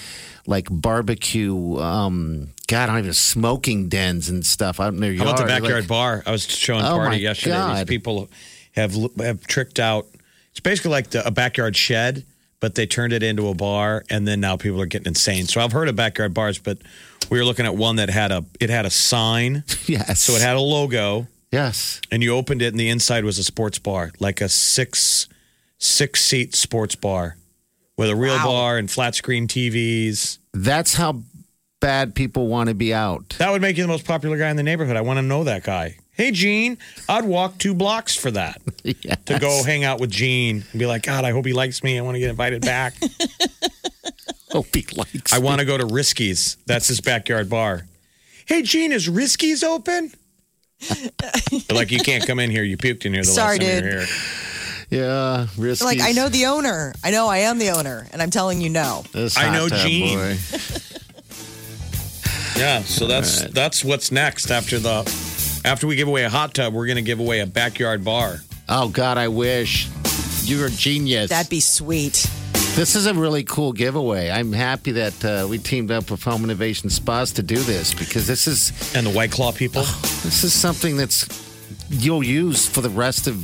C: like barbecue. Um, God, I don't even smoking dens and stuff out in their
E: How
C: yard.
E: about the
C: Like,
E: backyard bar? I was showing
C: Oh, my
E: party yesterday.
C: God.
E: These people have have tricked out. It's basically like the, a backyard shed, but they turned it into a bar, and then now people are getting insane. So I've heard of backyard bars, but we were looking at one that had a it had a sign.
C: *laughs* Yes.
E: So it had a logo,
C: yes.
E: and you opened it, and the inside was a sports bar, like a six six seat sports bar with a real bar and flat screen TVs.
C: That's how bad people want to be out.
E: That would make you the most popular guy in the neighborhood. I want to know that guy. Hey, Gene, I'd walk two blocks
C: *laughs*
E: for that to go hang out with Gene and be like, God, I hope he likes me. I want to get
K: *laughs*
E: invited back.
C: hope he likes.
E: I want to go to Risky's. That's his backyard bar. Hey, Gene, is Risky's open? They're like, you can't come in here. You puked in here the
D: Sorry,
E: last time you
D: dude.
E: were here.
C: Yeah, risky.
D: Like I know the owner. I know I am the owner, and I'm telling you no.
C: This
E: I
C: hot
E: know
C: tub,
E: Gene.
C: boy.
E: Yeah, so that's that's what's next after the after we give away a hot tub, we're gonna give away a backyard bar.
C: Oh God, I wish you were a genius.
D: That'd be sweet.
C: This is a really cool giveaway. I'm happy that uh, we teamed up with Home Innovation Spas to do this because this is Oh,
E: And the White Claw people.
C: This is something that's you'll use for the rest of.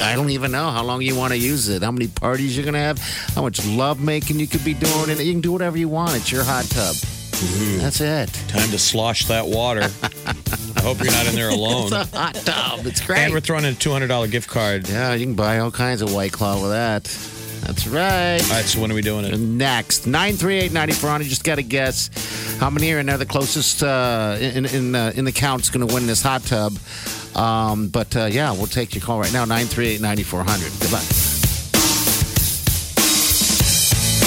C: I don't even know how long you want to use it, how many parties you're going to have, how much love making you could be doing, and you can do whatever you want. It's your hot tub.
E: Mm-hmm.
C: That's it.
E: Time to slosh that water. I hope you're not in
C: *laughs*
J: *laughs*
E: there alone.
C: It's a hot tub. It's great.
E: And we're throwing in a $200 gift card.
C: yeah, you can buy all kinds of white claw with that. That's right.
E: All right, so when are we doing it?
C: Next, 938-9400. You just got to guess how many are in there. The closest uh, in in, uh, in the count's going to win this hot tub. Um, but uh, yeah, we'll take your call right now, 938-9400. Good luck.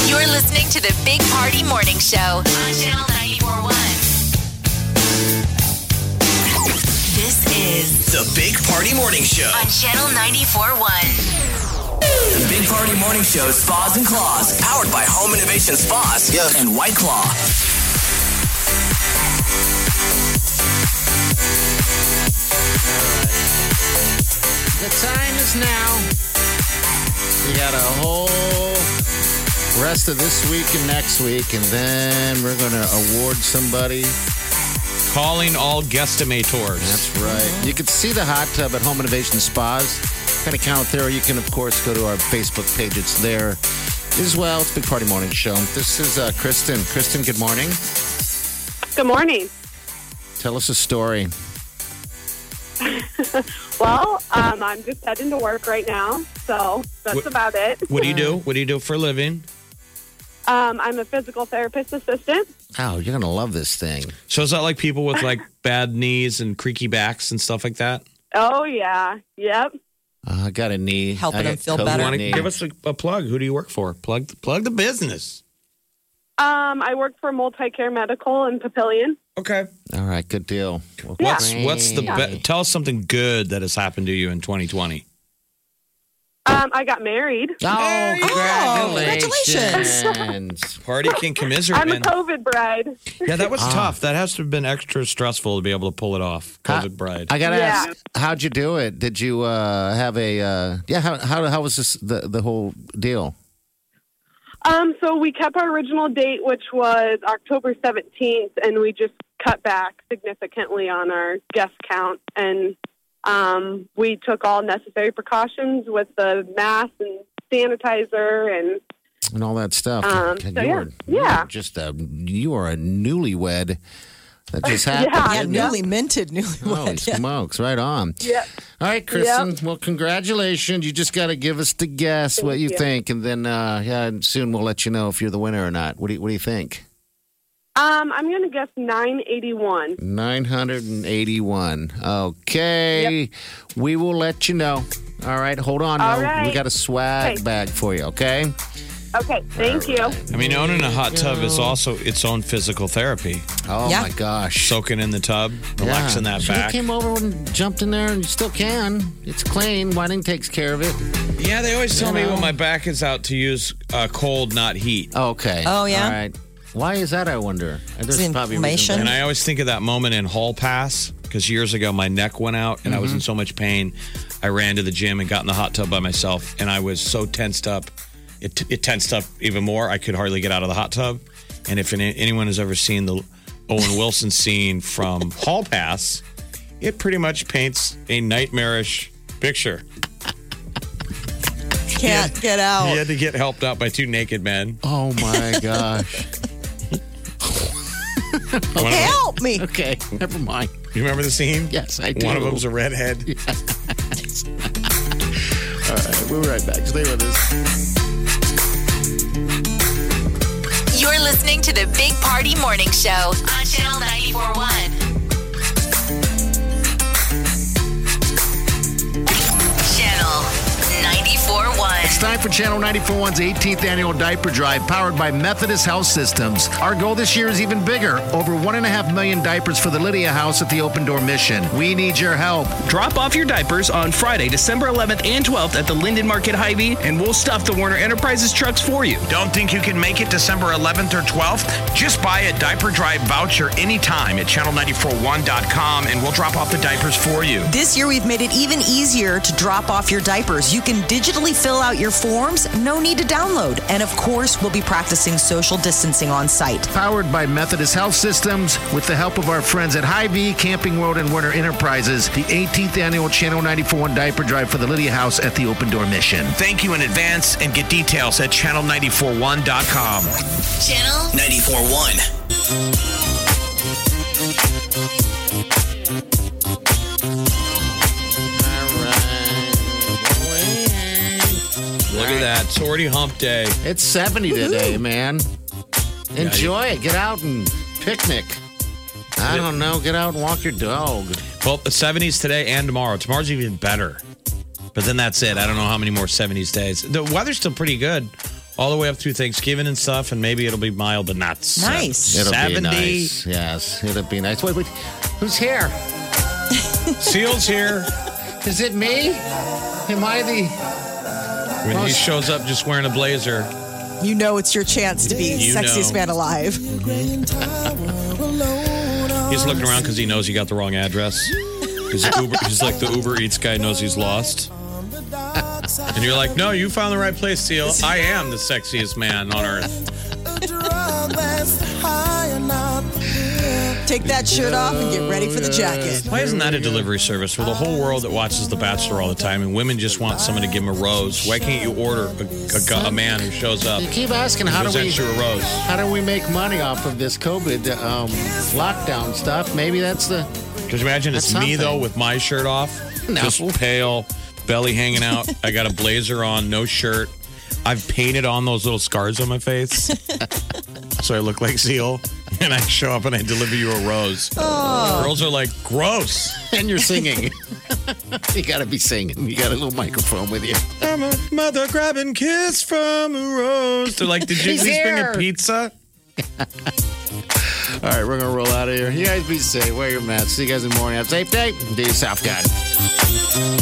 B: You're listening to the Big Party Morning Show on Channel 941. This is
I: The Big Party Morning Show.
B: on Channel 941.
I: The Big Party Morning Show Spas and Claws, powered by Home Innovation Spas and White Claw.
C: The time is now. We got a whole Rest of this week and next week, and then we're going to award somebody.
E: Calling all guestimators.
C: That's right. You can see the hot tub at Home Innovation Spas. Got an account there. You can, of course, go to our Facebook page. It's there as well. It's Big Party Morning Show. This is uh, Kristen. Kristen, good morning.
J: Good morning. *laughs*
C: Tell us a story.
J: well, um, I'm just heading to work right now, so that's
E: What-
J: about it.
E: What do you do? What do you do for a living?
J: Um, I'm a physical therapist assistant.
C: Oh, you're going to love this thing.
E: So is that like people with like bad knees and creaky backs and stuff like that?
J: Oh yeah, yep.
C: Uh, I got a knee.
J: Helping
E: I
J: them
E: got
J: feel
E: COVID
J: better.
E: Wanna Give us a, a plug. Who do you work for? Plug plug the business.
J: Um, I work for Multi Care Medical in Papillion.
E: Okay.
C: All right, good deal.
E: What's what's the
J: Yeah.
E: be- tell us something good that has happened to you in 2020?
J: Um, I got married.
C: Oh,
J: *laughs*
E: Party can commiserate,
J: I'm a
E: man.
J: COVID bride.
E: Yeah, that was
C: Ah.
E: tough. That has to have been extra stressful to be able to pull it off. COVID bride.
C: I gotta
E: Yeah.
C: ask, how'd you do it? Did you uh, have a uh, yeah? How, how how was this the the whole deal?
J: Um, so we kept our original date, which was October 17th, and we just cut back significantly on our guest count. And um, we took all necessary precautions with the mask and sanitizer and
C: and all that stuff.
J: Um,
C: God,
J: so
C: you
J: yeah.
C: are
J: Yeah.
C: just a you are a newlywed. That
J: *laughs*
C: just happened.
D: yeah,
C: didn't
D: newly
C: it?
D: minted, newlywed.
C: Holy
D: *laughs* yeah.
C: smokes! Right on.
J: Yeah.
C: All right, Kristen. Well, congratulations. You just got to give us the guess what you,
J: you.
C: think, and then uh, yeah, and soon we'll let you know if you're the winner or not. What do you, what do you think?
J: um, I'm going to guess 981.
C: Nine hundred and eighty-one. Okay, we will let you know. All right, hold on.
J: All
C: though. We
J: right.
C: got a swag
J: Okay.
C: bag for you. Okay.
J: Okay, thank you.
E: I mean, owning a hot tub is also its own physical therapy.
C: Oh
J: Yeah.
C: my gosh!
E: Soaking in the tub, relaxing
C: Yeah.
E: that
C: Should've
E: back.
C: came over and jumped in there, and you still can. It's clean. Whiting takes care of it.
E: Yeah, they always tell
C: You
E: me
C: know.
E: when my back is out to use uh, cold, not heat.
C: Okay.
D: Oh, yeah?
C: All right. Why is that? I wonder. There's
D: It's
C: probably
D: inflammation.
E: And I always think of that moment in Hall Pass because years ago my neck went out and I
C: Mm-hmm.
E: was in so much pain. I ran to the gym and got in the hot tub by myself, and I was so tensed up. It, it tensed up even more. I could hardly get out of the hot tub. And if any, anyone has ever seen the Owen Wilson
C: *laughs*
E: scene from Hall Pass, it pretty much paints a nightmarish picture.
D: Can't get out.
E: He had to get helped out by two naked men.
C: Oh
E: *laughs*
C: my gosh!
E: One of them-
D: *laughs* Help me.
C: Okay, never mind.
E: you remember the scene?
C: Yes, I do.
E: One of them's a redhead.
C: *laughs* All right, we'll be right back. Stay with us.
B: You're listening to the Big Party Morning Show on Channel 941. Channel 941.
C: It's time for Channel 941's 18th annual diaper drive powered by Methodist Health Systems. Our goal this year is even bigger over 1.5 million diapers for the Lydia House at the Open Door Mission. We need your help.
L: Drop off your diapers on Friday, December 11th and 12th at the Linden Market Hy-Vee, and we'll stuff the Warner Enterprises trucks for you.
M: Don't think you can make it December 11th or 12th? Just buy a diaper drive voucher anytime at channel941.com and we'll drop off the diapers for you.
D: This year, we've made it even easier to drop off your diapers. You can digitally fill out your forms, no need to download. And of course, we'll be practicing social distancing on site.
C: Powered by Methodist Health Systems, with the help of our friends at Hy-Vee, Camping World, and Werner Enterprises, the 18th annual Channel 941 diaper drive for the Lydia House at the Open Door Mission.
M: Thank you in advance and get details at channel941.com.
B: Channel
M: 941.
E: Look at that. It's already hump day.
C: It's 70 today, man. Enjoy it. Get out and picnic. I don't know. Get out and walk your dog.
E: Well, the 70s today and tomorrow. Tomorrow's even better. But then that's it. I don't know how many more 70s days. The weather's still pretty good all the way up through Thanksgiving and stuff, and maybe it'll be mild, but not se-
D: Nice.
C: It'll
E: 70.
C: be nice. Yes, it'll be nice. Wait, wait. Who's here?
E: Seal's here.
C: Is it me? Am I the?
E: When he shows up just wearing a blazer,
D: You know it's your chance to be
E: You
D: sexiest
E: know.
D: man alive.
E: he's looking around because he knows he got the wrong address. He's, Uber, he's like the Uber Eats guy knows he's lost. And you're like, no, you found the right place, Seal. I am the sexiest man on earth.
D: Take that shirt off and get ready for the jacket.
E: Why isn't that a delivery service for the whole world that watches The Bachelor all the time and women just want someone to give them a rose? Why can't you order a, a gu- a man who shows up?
C: You keep asking, how do we-
E: presents you a rose?
C: How do we make money off of this COVID um, lockdown stuff? Maybe that's the.
E: Because imagine it's
C: That's
E: me
C: something.
E: though Oh, with my shirt off,
C: No.
E: just pale, belly hanging out. I got a blazer on, no shirt. I've painted on those little scars on
C: *laughs*
E: my face, so I look like Seal. And I show up and I deliver you a rose.
C: Oh.
E: Girls are like, gross.
C: *laughs* And you're singing. you got to be singing. You got a little microphone with you.
E: I'm a mother grabbing kiss from a rose. They're like, did you
C: He's
E: at least bring
C: here.
E: a pizza?
C: All right, we're going to roll out of here. You guys be safe. Wear your mask. See you guys in the morning. Have a safe day. Do yourself good.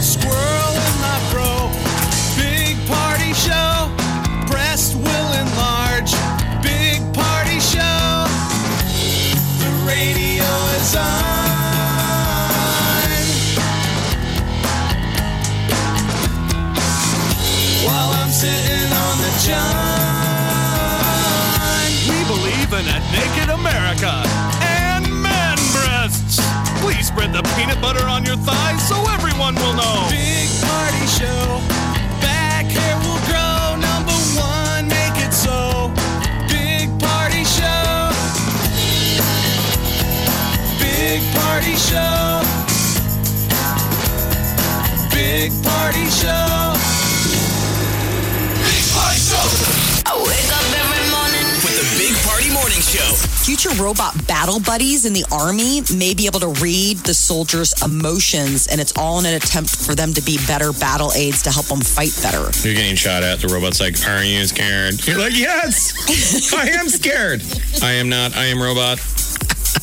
N: Squirrel in my bro. Big party show. Breast will enlarge. Big party show. The radio is on. While I'm sitting on the john.
O: We believe in a naked America and man breasts. Please spread the peanut butter on your thighs so everyone will know.
N: Big party show. Back hair will grow. Number one, make it so. Big party show. Big party show. Big party show. Big party show.
B: I wake up every morning.
I: With the Big Party Morning Show.
D: Future robot battle buddies in the army may be able to read the soldiers' emotions, and it's all in an attempt for them to be better battle aids to help them fight better.
E: You're getting shot at. The robot's like, are you scared? You're like, yes, I am scared. I am not. I am robot.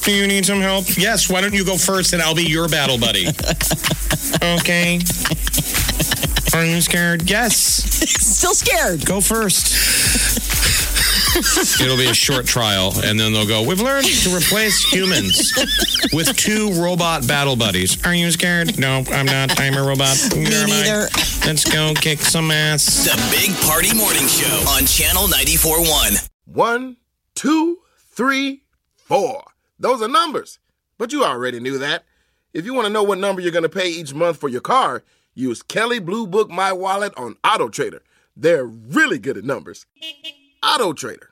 E: Do you need some help? Yes. Why don't you go first and I'll be your battle buddy? okay. *laughs* Are you scared?
D: *laughs*
E: Yes.
D: Still scared.
E: Go first. It'll be a short trial, and then they'll go. We've learned to replace humans with two robot battle buddies. Are you scared? No, I'm not. I'm a robot. Me neither. Let's go kick some ass.
I: The Big Party Morning Show on Channel 94.1.
P: One, two, three, four. Those are numbers, but you already knew that. If you want to know what number you're going to pay each month for your car, use Kelly Blue Book My Wallet on Auto Trader. They're really good at numbers. Auto Trader.